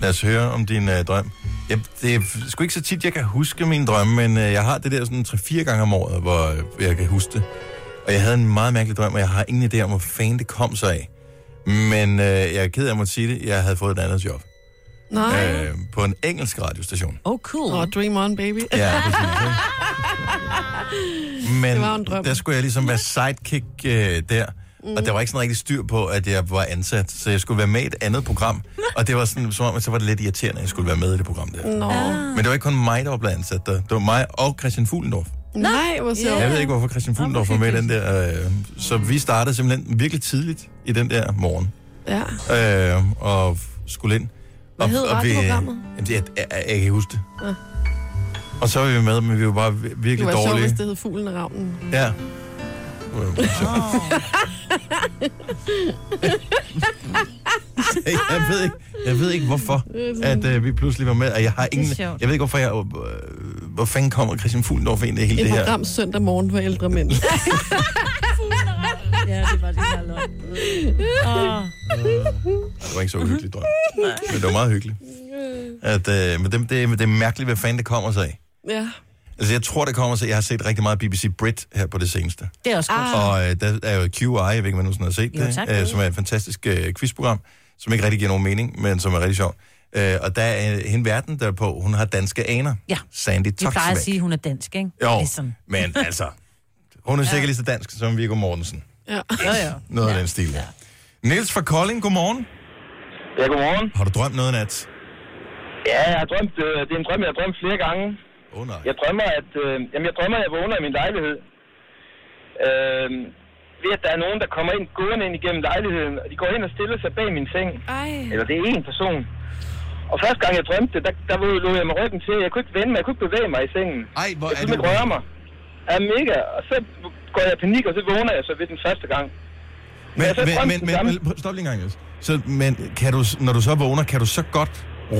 Lad os høre om din øh, drøm. Jeg, det er f- sgu ikke så tit, jeg kan huske mine drømme, men øh, jeg har det der sådan 3-4 gange om året, hvor øh, jeg kan huske det. Og jeg havde en meget mærkelig drøm, og jeg har ingen idé om, hvor fanden det kom sig af. Men øh, jeg er ked af at måtte sige det, jeg havde fået et andet job.
Nej.
Øh, på en engelsk radiostation.
Oh, cool.
Åh, oh, dream on, baby.
Ja, præcis. ikke? Men
Det var jo en drøm.
der skulle jeg ligesom være sidekick øh, der. Mm. Og der var ikke sådan rigtig styr på, at jeg var ansat. Så jeg skulle være med i et andet program. Og det var sådan, som om, at så var det lidt irriterende, at jeg skulle være med i det program der.
Nå.
Men det var ikke kun mig, der var blevet ansat der. Det var mig og Christian Fuglendorf.
Nej, hvor sjovt.
Jeg ved ikke, hvorfor Christian Fuglendorf var med i den der. Øh, så vi startede simpelthen virkelig tidligt i den der morgen.
Ja.
Øh, og f- skulle ind.
Hvad
og,
hed
og vi-
radioprogrammet?
Jamen, det, jeg, jeg, jeg kan ikke huske det. Og så var vi med, men vi var bare vir-
Det
virkelig
var sjovt,
dårlige.
hvis det hed Fuglen og Ravnen.
Ja. jeg, ved ikke, jeg ved ikke, hvorfor at, øh, vi pludselig var med. Og jeg, har ingen, jeg
sjovt.
ved ikke, hvorfor jeg... Øh, hvor fanden kommer Christian Fuglendorf ind i hele
Et
det her?
program søndag morgen for ældre mænd.
Ja, det var det her løgn.
Ah.
Åh,
Det var ikke så uhyggelig drøm. Men det var meget hyggeligt. At, øh, men det, det, det er mærkeligt, hvad fanden det kommer sig af.
ja.
Altså, jeg tror, det kommer sig Jeg har set rigtig meget BBC Brit her på det seneste.
Det er også godt.
Og øh, der er jo QI, jeg ved ikke, om man nogensinde har set
Ah. Jo,
det,
tak.
øh, som er et fantastisk øh, quizprogram, som ikke rigtig giver nogen mening, men som er rigtig sjovt. Øh, og der er øh, hende verden der er på, hun har danske aner.
Ja.
Sandy
Vi plejer at sige,
Toksvæk.
at hun er dansk, ikke?
Jo,
Ligesom.
men altså, hun er sikkert lige så dansk som Viggo Mortensen.
ja.
Jo, jo.
Noget ja. af den stil. Ja. Niels fra Kolding, godmorgen.
Ja, godmorgen.
Har du drømt noget i nat?
Ja, jeg har drømt, øh, det er en drøm, jeg har drømt flere gange.
Åh oh, nej.
Jeg drømmer, at øh, jamen, jeg, drømmer, at jeg vågner i min lejlighed. Øh,
Øhm,
ved at der er nogen, der kommer ind, gående ind igennem lejligheden, og de går ind og stiller sig bag min seng.
Ej.
Eller det er én person.
Og første gang, jeg drømte det, der, der lå jeg med ryggen til. Jeg kunne ikke vende mig, jeg kunne ikke bevæge mig i sengen.
Ej, hvor
jeg
er
kunne
du
ikke røre mig. Ja, mega. Og så går jeg i panik, og så vågner jeg så ved den første gang.
Men,
jeg har så
men,
drømt
men,
den
men,
samme.
men stop lige en gang, Niels. Så, men kan du, når du så vågner, kan du så godt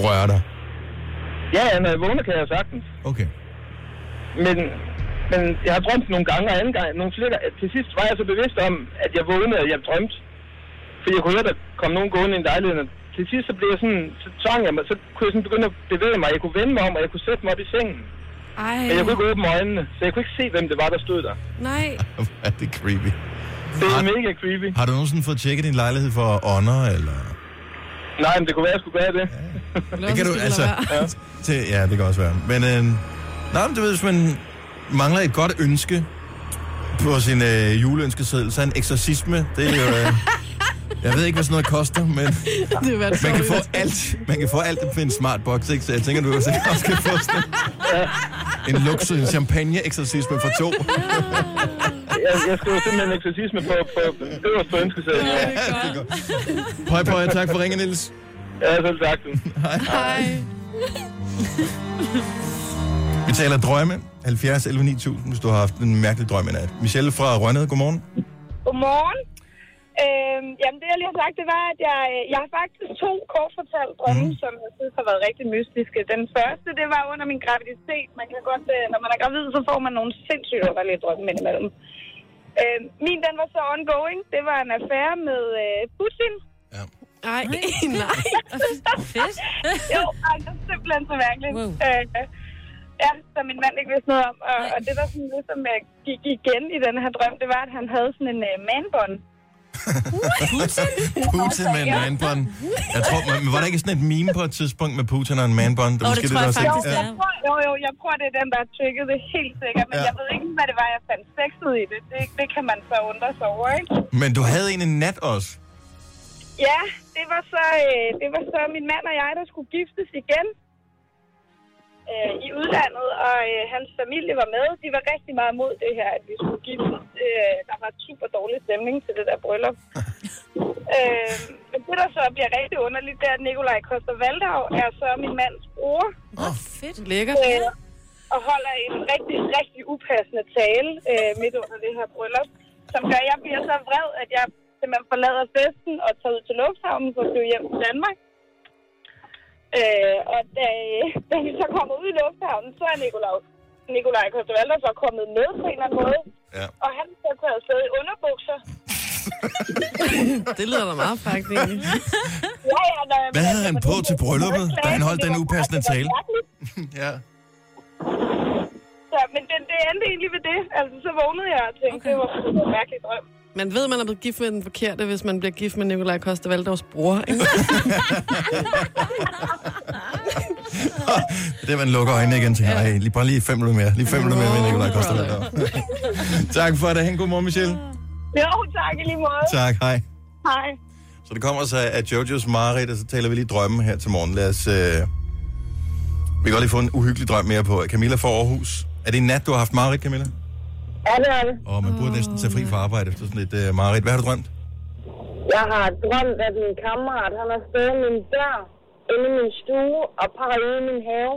røre dig?
Ja, ja, når jeg vågner, kan jeg jo sagtens.
Okay.
Men, men jeg har drømt nogle gange, og anden gang, nogle flere gange. Til sidst var jeg så bevidst om, at jeg vågnede, og jeg drømte. For jeg kunne høre, der kom nogen gående ind i lejligheden. Til sidst så blev jeg sådan, så tvang jeg mig, så kunne jeg sådan begynde at bevæge mig. Jeg kunne vende mig om, og jeg kunne sætte mig op i sengen.
Ej.
Men jeg kunne ikke åbne øjnene, så jeg kunne ikke se, hvem det var, der stod der.
Nej.
Er det creepy?
Det er mega creepy.
Har du nogensinde fået tjekket din lejlighed for ånder, eller?
Nej, men det kunne være, jeg skulle gøre det.
Det kan du altså... Til, ja, det kan også være. Men, øh, nej, men du ved, hvis man mangler et godt ønske på sin øh, juleønskeseddel, så er en eksorcisme, det er jo... Øh, jeg ved ikke, hvad sådan noget koster, men
Det er
man kan, få alt, man kan få alt med en smart box, ikke? Så jeg tænker, du sikkert også kan få sådan en luksus, en champagne-eksorcisme for to.
Jeg, jeg skrev simpelthen eksorcisme på, på øverst på ønskesedlen. Ja, det er godt.
Pøj, pøj, tak for ringen, Niels.
Ja, selv tak.
Hej.
Hej.
Mm. Vi taler drømme. 70 11 9000, hvis du har haft en mærkelig drøm i nat. Michelle fra Rønnede, godmorgen.
Godmorgen. Øhm, jamen, det jeg lige har sagt, det var, at jeg, øh, jeg har faktisk to kort fortalt drømme, mm. som jeg synes har været rigtig mystiske. Den første, det var under min graviditet. Man kan godt, øh, når man er gravid, så får man nogle sindssygt underlige drømme indimellem. Øhm, min, den var så ongoing. Det var en affære med øh, Putin.
Nej, nej.
Fedt. jo, ej, det er simpelthen så mærkeligt. Wow. Øh, ja, som min mand ikke vidste noget om. Og, og det, der sådan ligesom øh, gik igen i den her drøm, det var, at han havde sådan en øh, manbånd.
Putin med en manbånd. Jeg tror, man, men var der ikke sådan et meme på et tidspunkt med Putin og en manbånd?
Åh,
måske der også-
jo, jeg tror, jo, jo, jeg tror, det er den, der har trigget det helt sikkert, men
Ja.
ja. jeg ved ikke, hvad det var, jeg fandt sexet i det. det. Det kan man så undre sig over, ikke?
Men du havde en en nat også.
Ja, det var så, øh, det var så min mand og jeg, der skulle giftes igen øh, i udlandet, og øh, hans familie var med. De var rigtig meget mod det her, at vi skulle giftes. Øh, der var super dårlig stemning til det der bryllup. øh, men det, der så bliver rigtig underligt, det er, at Nikolaj Koster Valdau er så min mands bror.
Åh, fedt. Lækkert.
Øh, og holder en rigtig, rigtig upassende tale øh, midt under det her bryllup, som gør, at jeg bliver så vred, at jeg simpelthen forlader festen og tager ud til lufthavnen for at flyve hjem til Danmark. Øh, og da, da vi så kommer ud i lufthavnen, så er Nikolaj, Nikolaj Kostovalder så kommet med på en eller anden måde.
Ja.
Og han er så taget afsted i underbukser.
det lyder da meget faktisk. egentlig.
Ja, ja, når,
Hvad havde han på til brylluppet, da han holdt den upassende tale? Ja.
Så, men det, det endte egentlig ved det. Altså, så vågnede jeg og tænkte, okay. det var det var en mærkelig drøm.
Man ved, man er blevet gift med den forkerte, hvis man bliver gift med Nikolaj Koster Valdors bror. Ikke?
Det er, man lukker øjnene igen til. Ej, lige, bare lige fem minutter mere. Lige fem minutter mere med Nikolaj Koster. tak for det. Ha' en god morgen, Michelle.
Jo, tak i lige måde.
Tak, hej.
Hej.
Så det kommer så af Jojos Marit, og så taler vi lige drømme her til morgen. Lad os... Øh... Vi kan godt lige få en uhyggelig drøm mere på. Camilla fra Aarhus. Er det en nat, du har haft Marit, Camilla?
Ja, det er det.
Og man burde næsten tage fri fra arbejde efter sådan et øh, Marit. Hvad har du drømt?
Jeg har drømt, at min kammerat, han har stået i min dør inde i min stue og peger ud i min have.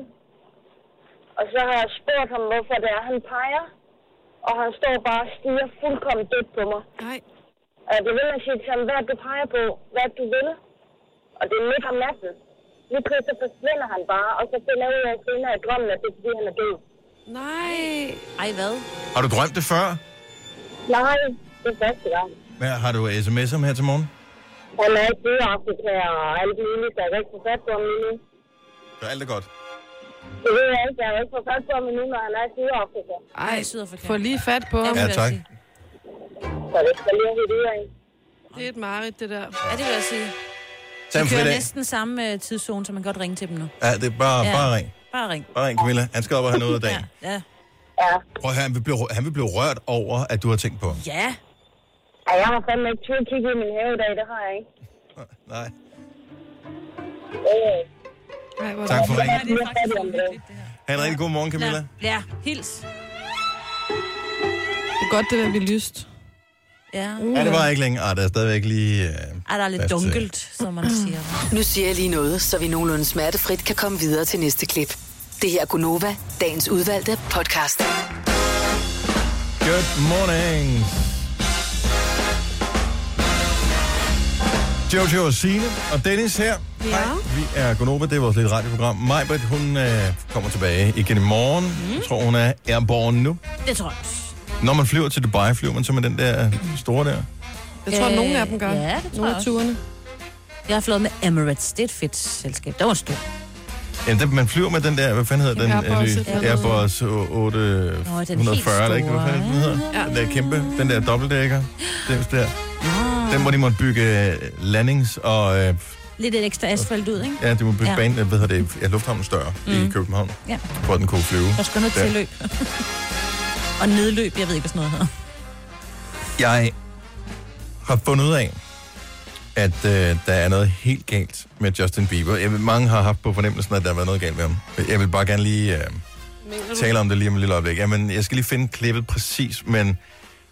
Og så har jeg spurgt ham, hvorfor det er, han peger. Og han står bare og stiger fuldkommen dødt på mig.
Nej.
Og jeg begynder at sige til ham, hvad er det, du peger på, hvad er det, du vil. Og det er midt om natten. Lige pludselig forsvinder han bare, og så finder jeg ud af senere i drømmen, at det er fordi, han er død.
Nej.
Ej, hvad?
Har du drømt det før?
Nej, det er første gang.
Hvad, har du sms om her til morgen?
Han er ikke sydafrika og alt muligt, der er ikke på fat på ham lige nu.
Så alt er godt.
Det ved jeg ikke, jeg er ikke på fat på ham endnu, når han er i Sydafrika.
Ej, få lige fat på ham.
Ja, tak.
Så det skal lige have det af.
Det er et mareridt, det der.
Ja, det vil jeg sige.
Tag en
De kører
fridag.
næsten samme øh, tidszone, så man kan godt ringe til dem nu.
Ja, det er bare,
Ja.
ja. bare ring.
Bare ring.
Bare ring, Camilla. Han skal op og have noget af dagen.
Ja.
Prøv at høre, han vil, blive, han vil blive rørt over, at du har tænkt på ham.
Ja.
Ej, jeg har fandme ikke tur kigge i min have i dag, det har jeg ikke.
Nej.
Øh,
Ej, hvor
Tak for
det er
ringen.
mere fattig om det.
Ha' en rigtig god morgen, Camilla.
Ja, hils.
Det er godt, det der bliver lyst.
Ja.
Ja, det var ikke længe. Ah, der er stadigvæk lige... Øh,
er der lidt
Plads til.
dunkelt, som man siger.
Nu siger jeg lige noget, så vi nogenlunde smertefrit kan komme videre til næste klip. Det her er Gunova, dagens udvalgte podcast.
Good morning. Jojo og Signe og Dennis her.
Ja.
Vi er Gonova, det er vores lille radioprogram. Majbert, hun øh, kommer tilbage igen i morgen.
Mhm.
Mm. Jeg tror, hun er airborne nu.
Det tror jeg.
Når man flyver til Dubai, flyver man så med den der store der.
Jeg tror, øh, nogle af dem gør.
Ja, det tror
nogle af
jeg også.
turene.
Jeg har flået med Emirates. Det er et fedt selskab. Det var stor.
Ja, den, man flyver med den der, hvad fanden hedder den?
Airbus
øh,
et
nye?
eller andet.
Airbus 840, eller ikke? Hvad fanden den hedder?
Ja.
Den der kæmpe, den der dobbeltdækker. Den der.
Ah.
Den, hvor de måtte bygge øh, landings og... Øh,
Lidt et ekstra asfalt ud, ikke?
Ja, de må bygge
Ja.
ja. banen, hvad hedder det, ja, lufthavnen større mm. i
Mm.
København,
Ja.
for at den kunne flyve.
Der skal noget
Der.
tilløb. og nedløb, jeg ved ikke, hvad sådan noget hedder.
Jeg har fundet ud af, at øh, der er noget helt galt med Justin Bieber. Jeg, ved- mange har haft på fornemmelsen, at der har været noget galt med ham. Jeg vil bare gerne lige øh, tale om det lige om et lille øjeblik. Jamen, jeg skal lige finde klippet præcis, men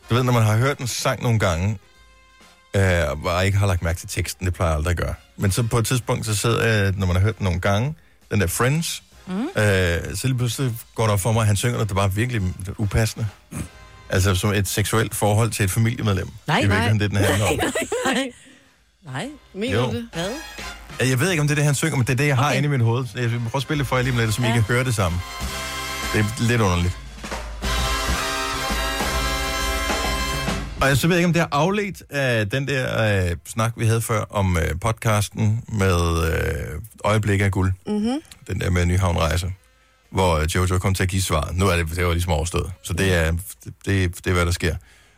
du ved, når man har hørt en sang nogle gange, øh, og bare ikke har lagt mærke til teksten, det plejer jeg aldrig at gøre. Men så på et tidspunkt, så sidder jeg, når man har hørt den nogle gange, den der Friends,
Mm.
Øh, så lige pludselig går der op for mig, at han synger noget, der bare er virkelig upassende. Altså som et seksuelt forhold til et familiemedlem. det er virkelig det, den handler om.
nej. Nej.
Mener
Jo.
du det?
Hvad?
Jeg ved ikke, om det er det, han synger, men det er det, jeg har okay. inde i mit hoved. Jeg vil prøve at spille det for jer lige om lidt, så I kan høre det samme. Det er lidt underligt. Og jeg så ved ikke, om det er afledt af den der øh, snak, vi havde før om øh, podcasten med øh, Øjeblik af Guld.
Mm-hmm.
den der med Nyhavn Rejse, hvor øh, Jojo kom til at give svaret. Nu er det, det var ligesom overstået, så det er, det, det er, hvad der sker.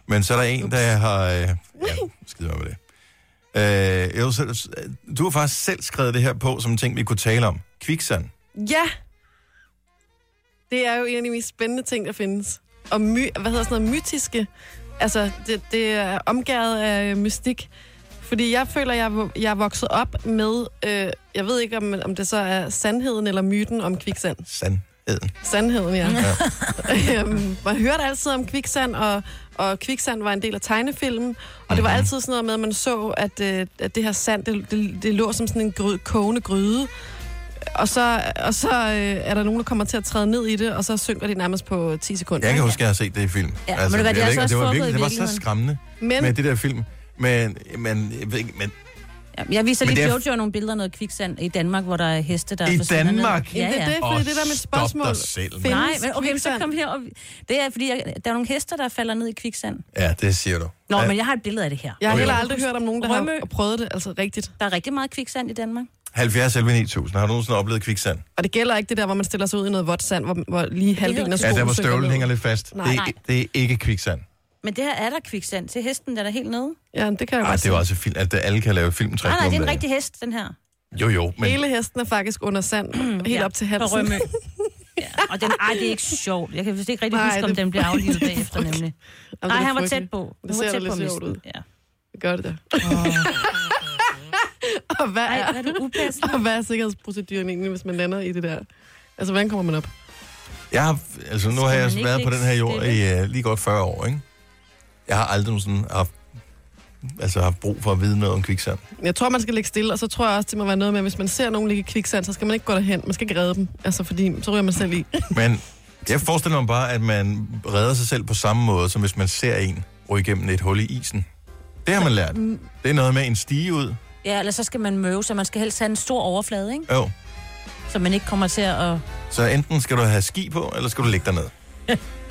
Men så er der en, der har... Øh, ja, skide mig med det. Øh, jo, så, du har faktisk selv skrevet det her på som en ting, vi kunne tale om. Kviksand.
Ja. Det er jo en af de mest spændende ting, der findes. Og my, hvad hedder sådan noget, mytiske. Altså, det, det er omgået af øh, mystik. Fordi jeg føler, jeg, er vo- jeg er vokset op med, øh, jeg ved ikke, om, om det så er sandheden eller myten om kviksand.
Sandheden.
Sandheden, ja. ja. man hørte altid om kviksand, og, og kviksand var en del af tegnefilmen. Og det var altid sådan noget med, at man så, at, øh, at det her sand, det, det, det lå som sådan en gry, kogende gryde. Og så, og så øh, er der nogen, der kommer til at træde ned i det, og så synker det nærmest på 10 sekunder.
Jeg kan huske, at jeg har set det i film.
Ja, men det var- det
jeg
er
ved ikke, og
altså
det,
også
var
foregået i
virkelig, det var så
virkeligheden.
skræmmende
Men-
men... med det der film. Men, men, jeg ved ikke, men
Jamen, Jeg viser
Men
lige
det er-
Jojo nogle billeder af noget kviksand i Danmark, hvor der er heste, der
I
forsvinder
Danmark?
Ned. Ja,
Jamen, det
ja.
er det, fordi Åh, det der med et stop dig spørgsmål. selv, mand.
Nej, men
Findes
okay, men så
kviksand?
kom her. Og... Det er, fordi jeg... der er nogle heste, der falder ned i kviksand.
ja, det siger du.
Nå,
Ja.
men jeg har et billede af det her.
Jeg har heller Okay.
aldrig hørt om nogen, der har prøvet det, altså rigtigt.
Der er rigtig meget kviksand i Danmark.
70 11 9000. Har du nogensinde oplevet kviksand?
Og det gælder ikke det der, hvor man stiller sig ud i noget vådt sand, hvor, hvor lige halvdelen af skoen
Ja, der hvor
synker
støvlen
ned.
hænger lidt fast.
Nej,
det, er,
nej.
det er ikke kviksand.
Men det her er der kviksand til hesten, der er der helt nede.
Ja, det kan
Nej, det var altså film, at alle kan lave filmtræk.
Ah,
Nej, nej, det er
nu om
en
dagen.
rigtig hest, den her.
Jo, jo, men...
Hele hesten er faktisk under sand, helt
Ja,
op til
på
halsen.
Rømø. Og den, ej, det er ikke sjovt. Jeg kan vist ikke rigtig
Nej,
Nej, huske, om
det-
den blev aflivet
det er
bagefter,
frygteligt.
nemlig.
er
Nej, han var
frygteligt.
tæt på.
Det
Han
ser
var
da
tæt
lidt
på
sjovt ud.
misten. Ja.
Det gør det da. og hvad er,
Ej, hvad er du
og hvad er sikkerhedsproceduren egentlig, hvis man lander i det der? Altså, hvordan kommer man op?
Jeg har, altså, nu
Skal
har
man
jeg
ikke
været på
ligge
den her jord i
stille?
uh, lige godt 40 år, ikke? Jeg har aldrig sådan haft, altså, haft brug for at vide noget om kviksand.
Jeg tror, man skal ligge stille, og så tror jeg også, det må være noget med, at hvis man ser nogen ligge i kviksand, så skal man ikke gå derhen. Man skal ikke redde dem, altså, fordi så ryger man selv i.
Men jeg forestiller mig bare, at man redder sig selv på samme måde, som hvis man ser en ryge igennem et hul i isen. Det har man lært. Det er noget med en stige ud.
Mm, ja, eller så skal man møve, så man skal helst have en stor overflade, ikke?
Jo.
Så man ikke kommer til at...
Så enten skal du have ski på, eller skal du ligge derned.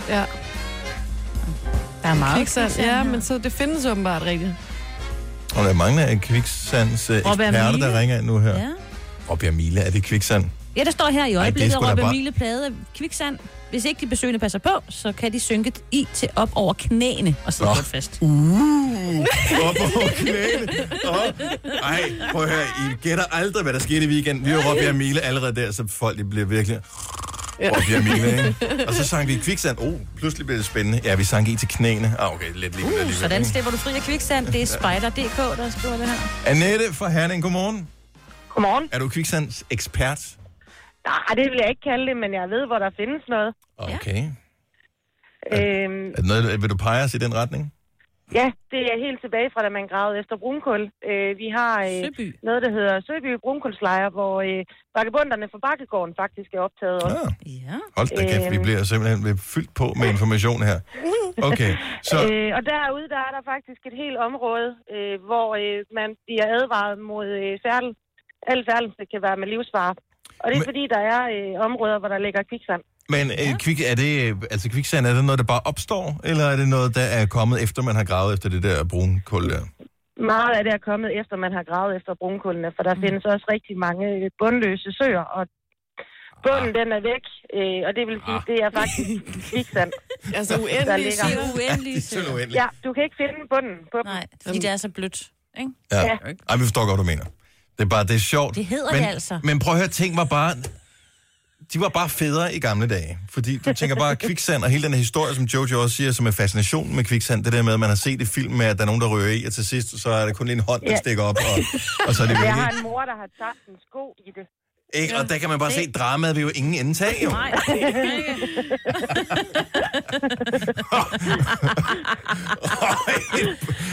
Ja.
Der er meget
Kviksand,
kviksand
ja,
her.
men så det findes åbenbart rigtigt.
Og der er mange af kviksands øh,
Robert
eksperter,
Mille.
der ringer ind nu her.
Ja.
Robert Mille, er det kviksand?
Ja, der står her
Ej,
i
det er
øjeblikket,
sgu
at
da
Robbe
bare-
Mille plade kviksand. Hvis ikke de besøgende passer på, så kan de synke i til op over knæene og sidde
Nå.
godt fast.
Uh, op over knæene. Op. Ej, prøv at høre, I gætter aldrig, hvad der skete i weekenden. Vi var Robbie og Mille allerede der, så folk de blev virkelig...
Ja.
Robbie og Mille, ikke? Og så sang vi i kviksand. Oh, pludselig blev det spændende. Ja, vi sang i til knæene. Ah, okay, lidt lige uh,
Sådan slipper du fri af kviksand. Det er Spider.dk, der skriver det her.
Annette fra Herning, godmorgen.
Godmorgen.
Er du kviksands ekspert?
Nej, det vil jeg ikke kalde det, men jeg ved, hvor der findes noget.
Okay.
Øhm,
Er det noget, vil du pege os i den retning?
Ja, det er helt tilbage fra, da man gravede efter brunkul. Øh, vi har øh, noget, der hedder Søby Brunkulslejr, hvor øh, bakkebunderne fra Bakkegården faktisk er optaget også.
Ja.
Hold da kæft, vi bliver simpelthen vi er fyldt på med information her. Ah, Okay, så...
Øh, og derude, der er der faktisk et helt område, øh, hvor øh, man bliver advaret mod øh, færdel. Alle færdelser kan være med livsfare. Og det er Men... fordi, der er øh, områder, hvor der ligger kviksand.
Men øh, kvik, er det, øh, altså kviksand, er det noget, der bare opstår, eller er det noget, der er kommet efter, man har gravet efter det der brune kul der?
Meget af det er kommet efter, man har gravet efter brunkullene, for der mm. findes også rigtig mange øh, bundløse søer, og bunden den er væk, øh, og det vil sige, det er faktisk kviksand.
Altså
der
uendelige
ligger.
søer.
Uendelige
Det er sådan uendeligt.
Ja, du kan ikke finde bunden på dem.
Nej, fordi det er så blødt. Ikke?
Ja. Ej, vi forstår godt, hvad du mener. Det er bare, det er sjovt.
Det hedder
men,
det altså.
Men prøv at høre, ting var bare... De var bare federe i gamle dage. Fordi du tænker bare kviksand og hele den her historie, som Jojo også siger, som er fascinationen med kviksand. Det der med, at man har set i film med, at der er nogen, der rører i, og til sidst, så er der kun lige en hånd, der
Ja.
stikker op, og, og så er det
Jeg
virkelig.
har en mor, der har tabt en sko i det.
Ikke? Og der kan man bare se, dramaet vil jo ingen ende tage, jo.
Nej.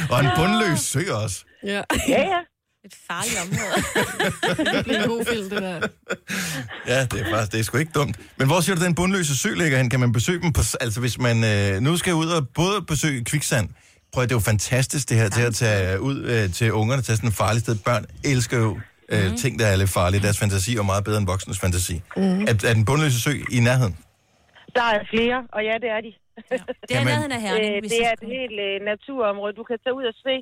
Og en bundløs sø også.
Ja.
ja, ja.
Et farligt område.
det bliver en god film, det der.
Ja, det er faktisk, det er sgu ikke dumt. Men hvor siger du, den bundløse sø ligger hen? Kan man besøge dem på, altså hvis man øh, nu skal ud og både besøge kviksand, prøv at det er jo fantastisk det her til at tage ud øh, til ungerne, til sådan et farligt sted. Børn elsker jo øh, ting, der er lidt farlige. Deres fantasi er jo meget bedre end voksnes fantasi. Mm. Er, er den bundløse sø i nærheden?
Der er flere, og ja, det er de.
Det er i Jamen- nærheden af
Herning,
Øh,
hvis
Det
jeg
er et helt øh, naturområde. Du kan tage ud og se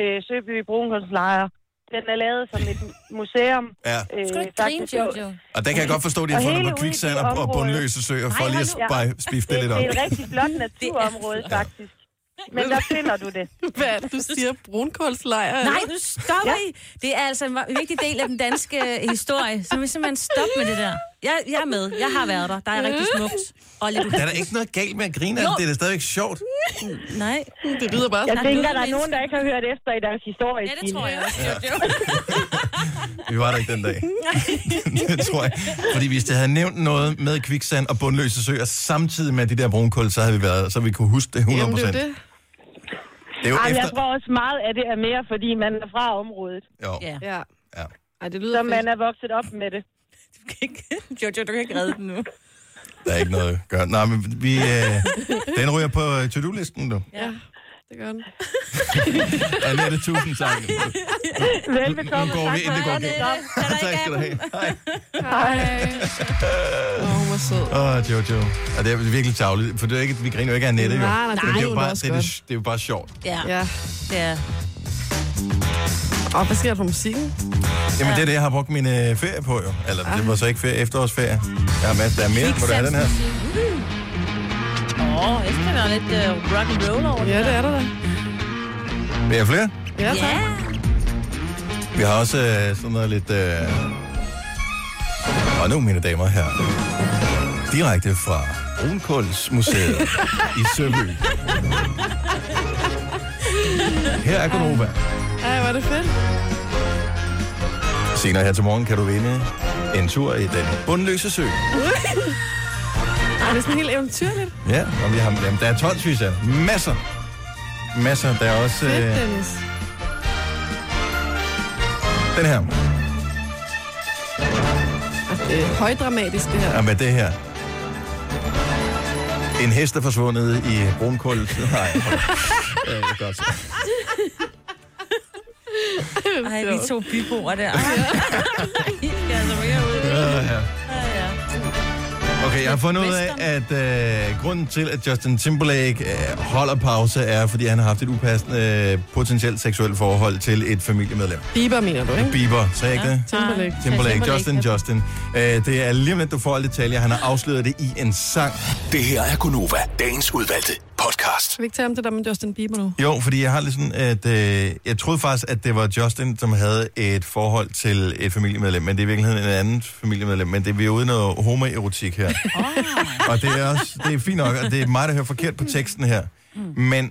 øh, Søby Brunkunslejr. Den er lavet som et museum.
Ja.
Øh,
Skal du ikke
faktisk.
grine, Jojo?
Og der kan jeg godt forstå, at de har
Og
fundet
hele
på
ude i
kviksand
det
og, og
område.
bundløse søer, for lige at
Ja.
bare spifte det lidt op.
Det er et rigtig flot naturområde, faktisk. Men der finder du det.
Hvad er det, du siger? Brunkålslejr?
Nej, nu stopper I. Det er altså en vigtig del af den danske øh, historie, så vi simpelthen stoppe med det der. Jeg, jeg er med. Jeg har været der. Der er rigtig smukt. Og lidt
Der er der ikke noget galt med at grine af
Jo.
det, det er da stadigvæk sjovt.
Nej.
Det lyder bare
Jeg
sådan.
tænker, der er nogen, der ikke har hørt efter i deres historie. Ja, det tror jeg også.
Vi var der ikke den dag. det tror jeg. Fordi hvis det havde nævnt noget med kviksand og bundløse søer, samtidig med de der brunkul, så havde vi været, så vi kunne huske det 100%.
Jamen,
det,
det er
er
jo det.
jo
Ej,
efter...
Jeg tror også meget af det er mere, fordi man er fra området.
Jo.
Ja.
ja.
Ja.
Ej, det lyder
Så
fedt.
man er vokset op med det.
Jojo, du kan ikke redde den nu.
Der er ikke noget at gøre. Nej, men vi, øh, den ryger på øh, to-do-listen nu.
Ja, det gør den.
Annette, tusind tak.
Velbekomme.
Nu går vi, inden det går galt. Tak skal du have. Hej.
Åh, hun var sød.
Åh, oh, Jojo. Og det er virkelig tavligt, for det er ikke, vi griner jo ikke af Annette, jo.
Nej, nej, det
Men det er
ved
jo
hun
bare,
også
det, er det,
godt.
det er jo bare sjovt.
Ja.
Ja.
ja.
Og hvad sker der for musikken?
Jamen, det er det, jeg har brugt min øh, ferie på, jo. Eller, det var så ikke ferie, efterårsferie. Jeg har masser, der er mere. Må du have den her?
Åh, oh, efter der er lidt uh, rock and roll over
Ja, det er der da.
Vil I have flere?
Ja, tak.
Vi har også øh, sådan noget lidt... Øh... Og nu, mine damer og herrer, direkte fra Brunkulsmuseet i Søby. Her er Gonova.
Ej, var det fedt.
Senere her til morgen kan du vinde en tur i den bundløse sø.
Ej, det er sådan helt eventyrligt.
Ja, og vi har, jamen, der er tonsvis af dem. masser. Masser. Der er også
Fedt,
øh,
Dennis.
den her.
Ej, Det er højdramatisk, det her.
Ja, med det her. En hest er forsvundet i brunkul. Nej, øh, godt. så.
Ej, vi to byboer der. Ej, I skal altså mere ud.
Øh, ja.
Ja,
Okay, jeg har fundet ud af, at øh, grunden til, at Justin Timberlake øh, holder pause, er, fordi han har haft et upassende øh, potentielt seksuelt forhold til et familiemedlem.
Bieber mener du, ikke?
Bieber, sagde jeg ikke det?
Timberlake.
Timberlake, Justin, Justin. Øh, det er lige om lidt, du får alle detaljer. Han har afsløret det i en sang.
Det her er Gunova, dagens udvalgte podcast.
Skal vi ikke tage om det der med Justin Bieber nu?
Jo, fordi jeg har lidt sådan, at øh, jeg troede faktisk, at det var Justin, som havde et forhold til et familiemedlem, men det er i virkeligheden en anden familiemedlem, men det vi er ude i noget homoerotik her. og det er også, det er fint nok, og det er mig, der hører forkert på teksten her. Men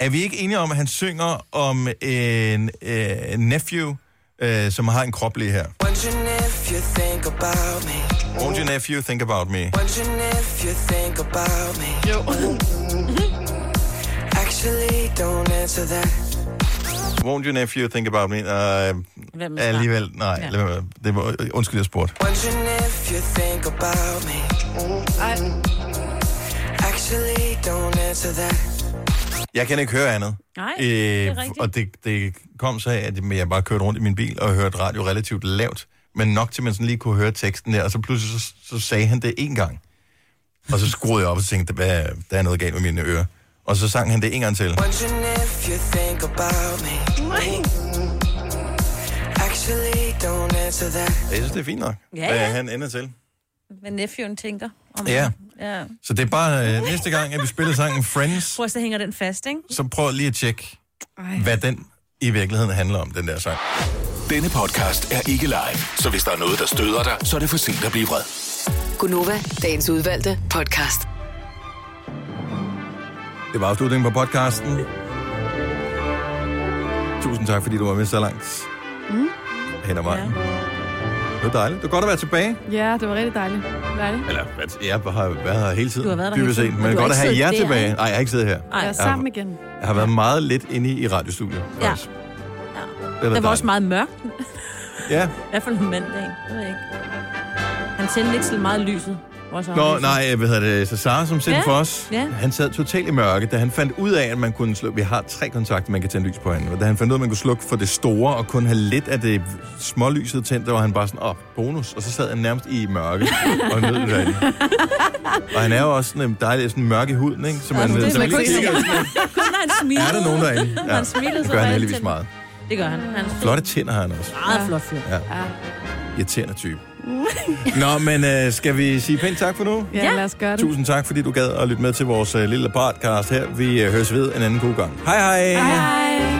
er vi ikke enige om, at han synger om en øh, nephew, øh, som har en krop lige her?
Wondering if you think about me.
Won't your nephew think about me?
Wondering if you think about me.
Jo.
Acts usually don't answer that.
Won't your nephew think about me? Uh,
Hvem er
alligevel,
smart?
nej.
Ja.
lad være. Det var, undskyld, jeg spurgte.
Wondering if you think about me. Actually, don't answer that.
Jeg kan ikke høre andet. Øh,
Nej, det er rigtigt.
Og det, det kom så af, at jeg bare kørte rundt i min bil og hørte radio relativt lavt, men nok til, at man sådan lige kunne høre teksten der, og så pludselig så, så sagde han det én gang. Og så skruede jeg op og tænkte, hvad, der er noget galt med mine ører. Og så sang han det en gang til.
Wondering if you think about me. Actually, don't answer that.
Jeg synes, det er fint nok,
Ja,
hvad
ja.
han ender til.
Hvad nephewen tænker om
Ja.
ja.
Så det er bare øh, næste gang, at vi spiller sangen Friends,
Prøv at så hænger den fast, ikke?
så prøv lige at tjekke, hvad den i virkeligheden handler om, den der sang.
Denne podcast er ikke live, så hvis der er noget, der støder dig, så er det for sent at blive vred.
Gunova, dagens udvalgte podcast.
Det var afslutningen på podcasten. Tusind tak, fordi du var med så langt
Mm.
hen ad vejen. Det var dejligt. Det var godt at være tilbage.
Ja, det var rigtig dejligt. Dejligt.
Eller, hvad- jeg har været her hele tiden.
Du har været der
dybest
hele
set.
tiden.
Men
Men
det
du
er
har
godt at
ikke
have
siddet
jer
der,
tilbage.
ikke?
Nej, jeg har ikke siddet her.
Ej,
jeg,
sammen
har,
igen.
jeg har været meget lidt inde i, i radiostudiet.
Ja.
faktisk.
Det
da
der var også
dejligt.
meget mørkt.
Ja.
I hvert fald om mandagen. Jeg ved ikke. Han tændte ikke så meget lyset. Vores
Nå,
oplevelse.
nej, hvad hedder det? Så Sara, som sendte
Ja,
for os,
ja.
han sad totalt i mørke, da han fandt ud af, at man kunne slukke... Vi har tre kontakter, man kan tænde lys på hinanden. Og da han fandt ud af, at man kunne slukke for det store, og kun have lidt af det smålyset tændt, der var han bare sådan, åh, oh, bonus. Og så sad han nærmest i mørke og nød det derinde. Og han er jo også sådan en dejlig sådan mørk i huden, ikke? Så man, så man lige kigger,
Kun når han smilede.
er der nogen derinde?
Når han smilede,
det
så
gør
var alt
han heldigvis
tændt.
meget.
Det gør han. Han er en
Flotte tænder har han også.
Meget flot fyr.
Ja. Irriterende type. Nå, men øh, skal vi sige pænt tak for nu?
Mm. Ja, ja, lad os gøre det.
Tusind tak, fordi du gad at lytte med til vores øh, lille podcast her. Vi øh, høres ved en anden god gang. Hej hej! hej, hej.
Hej.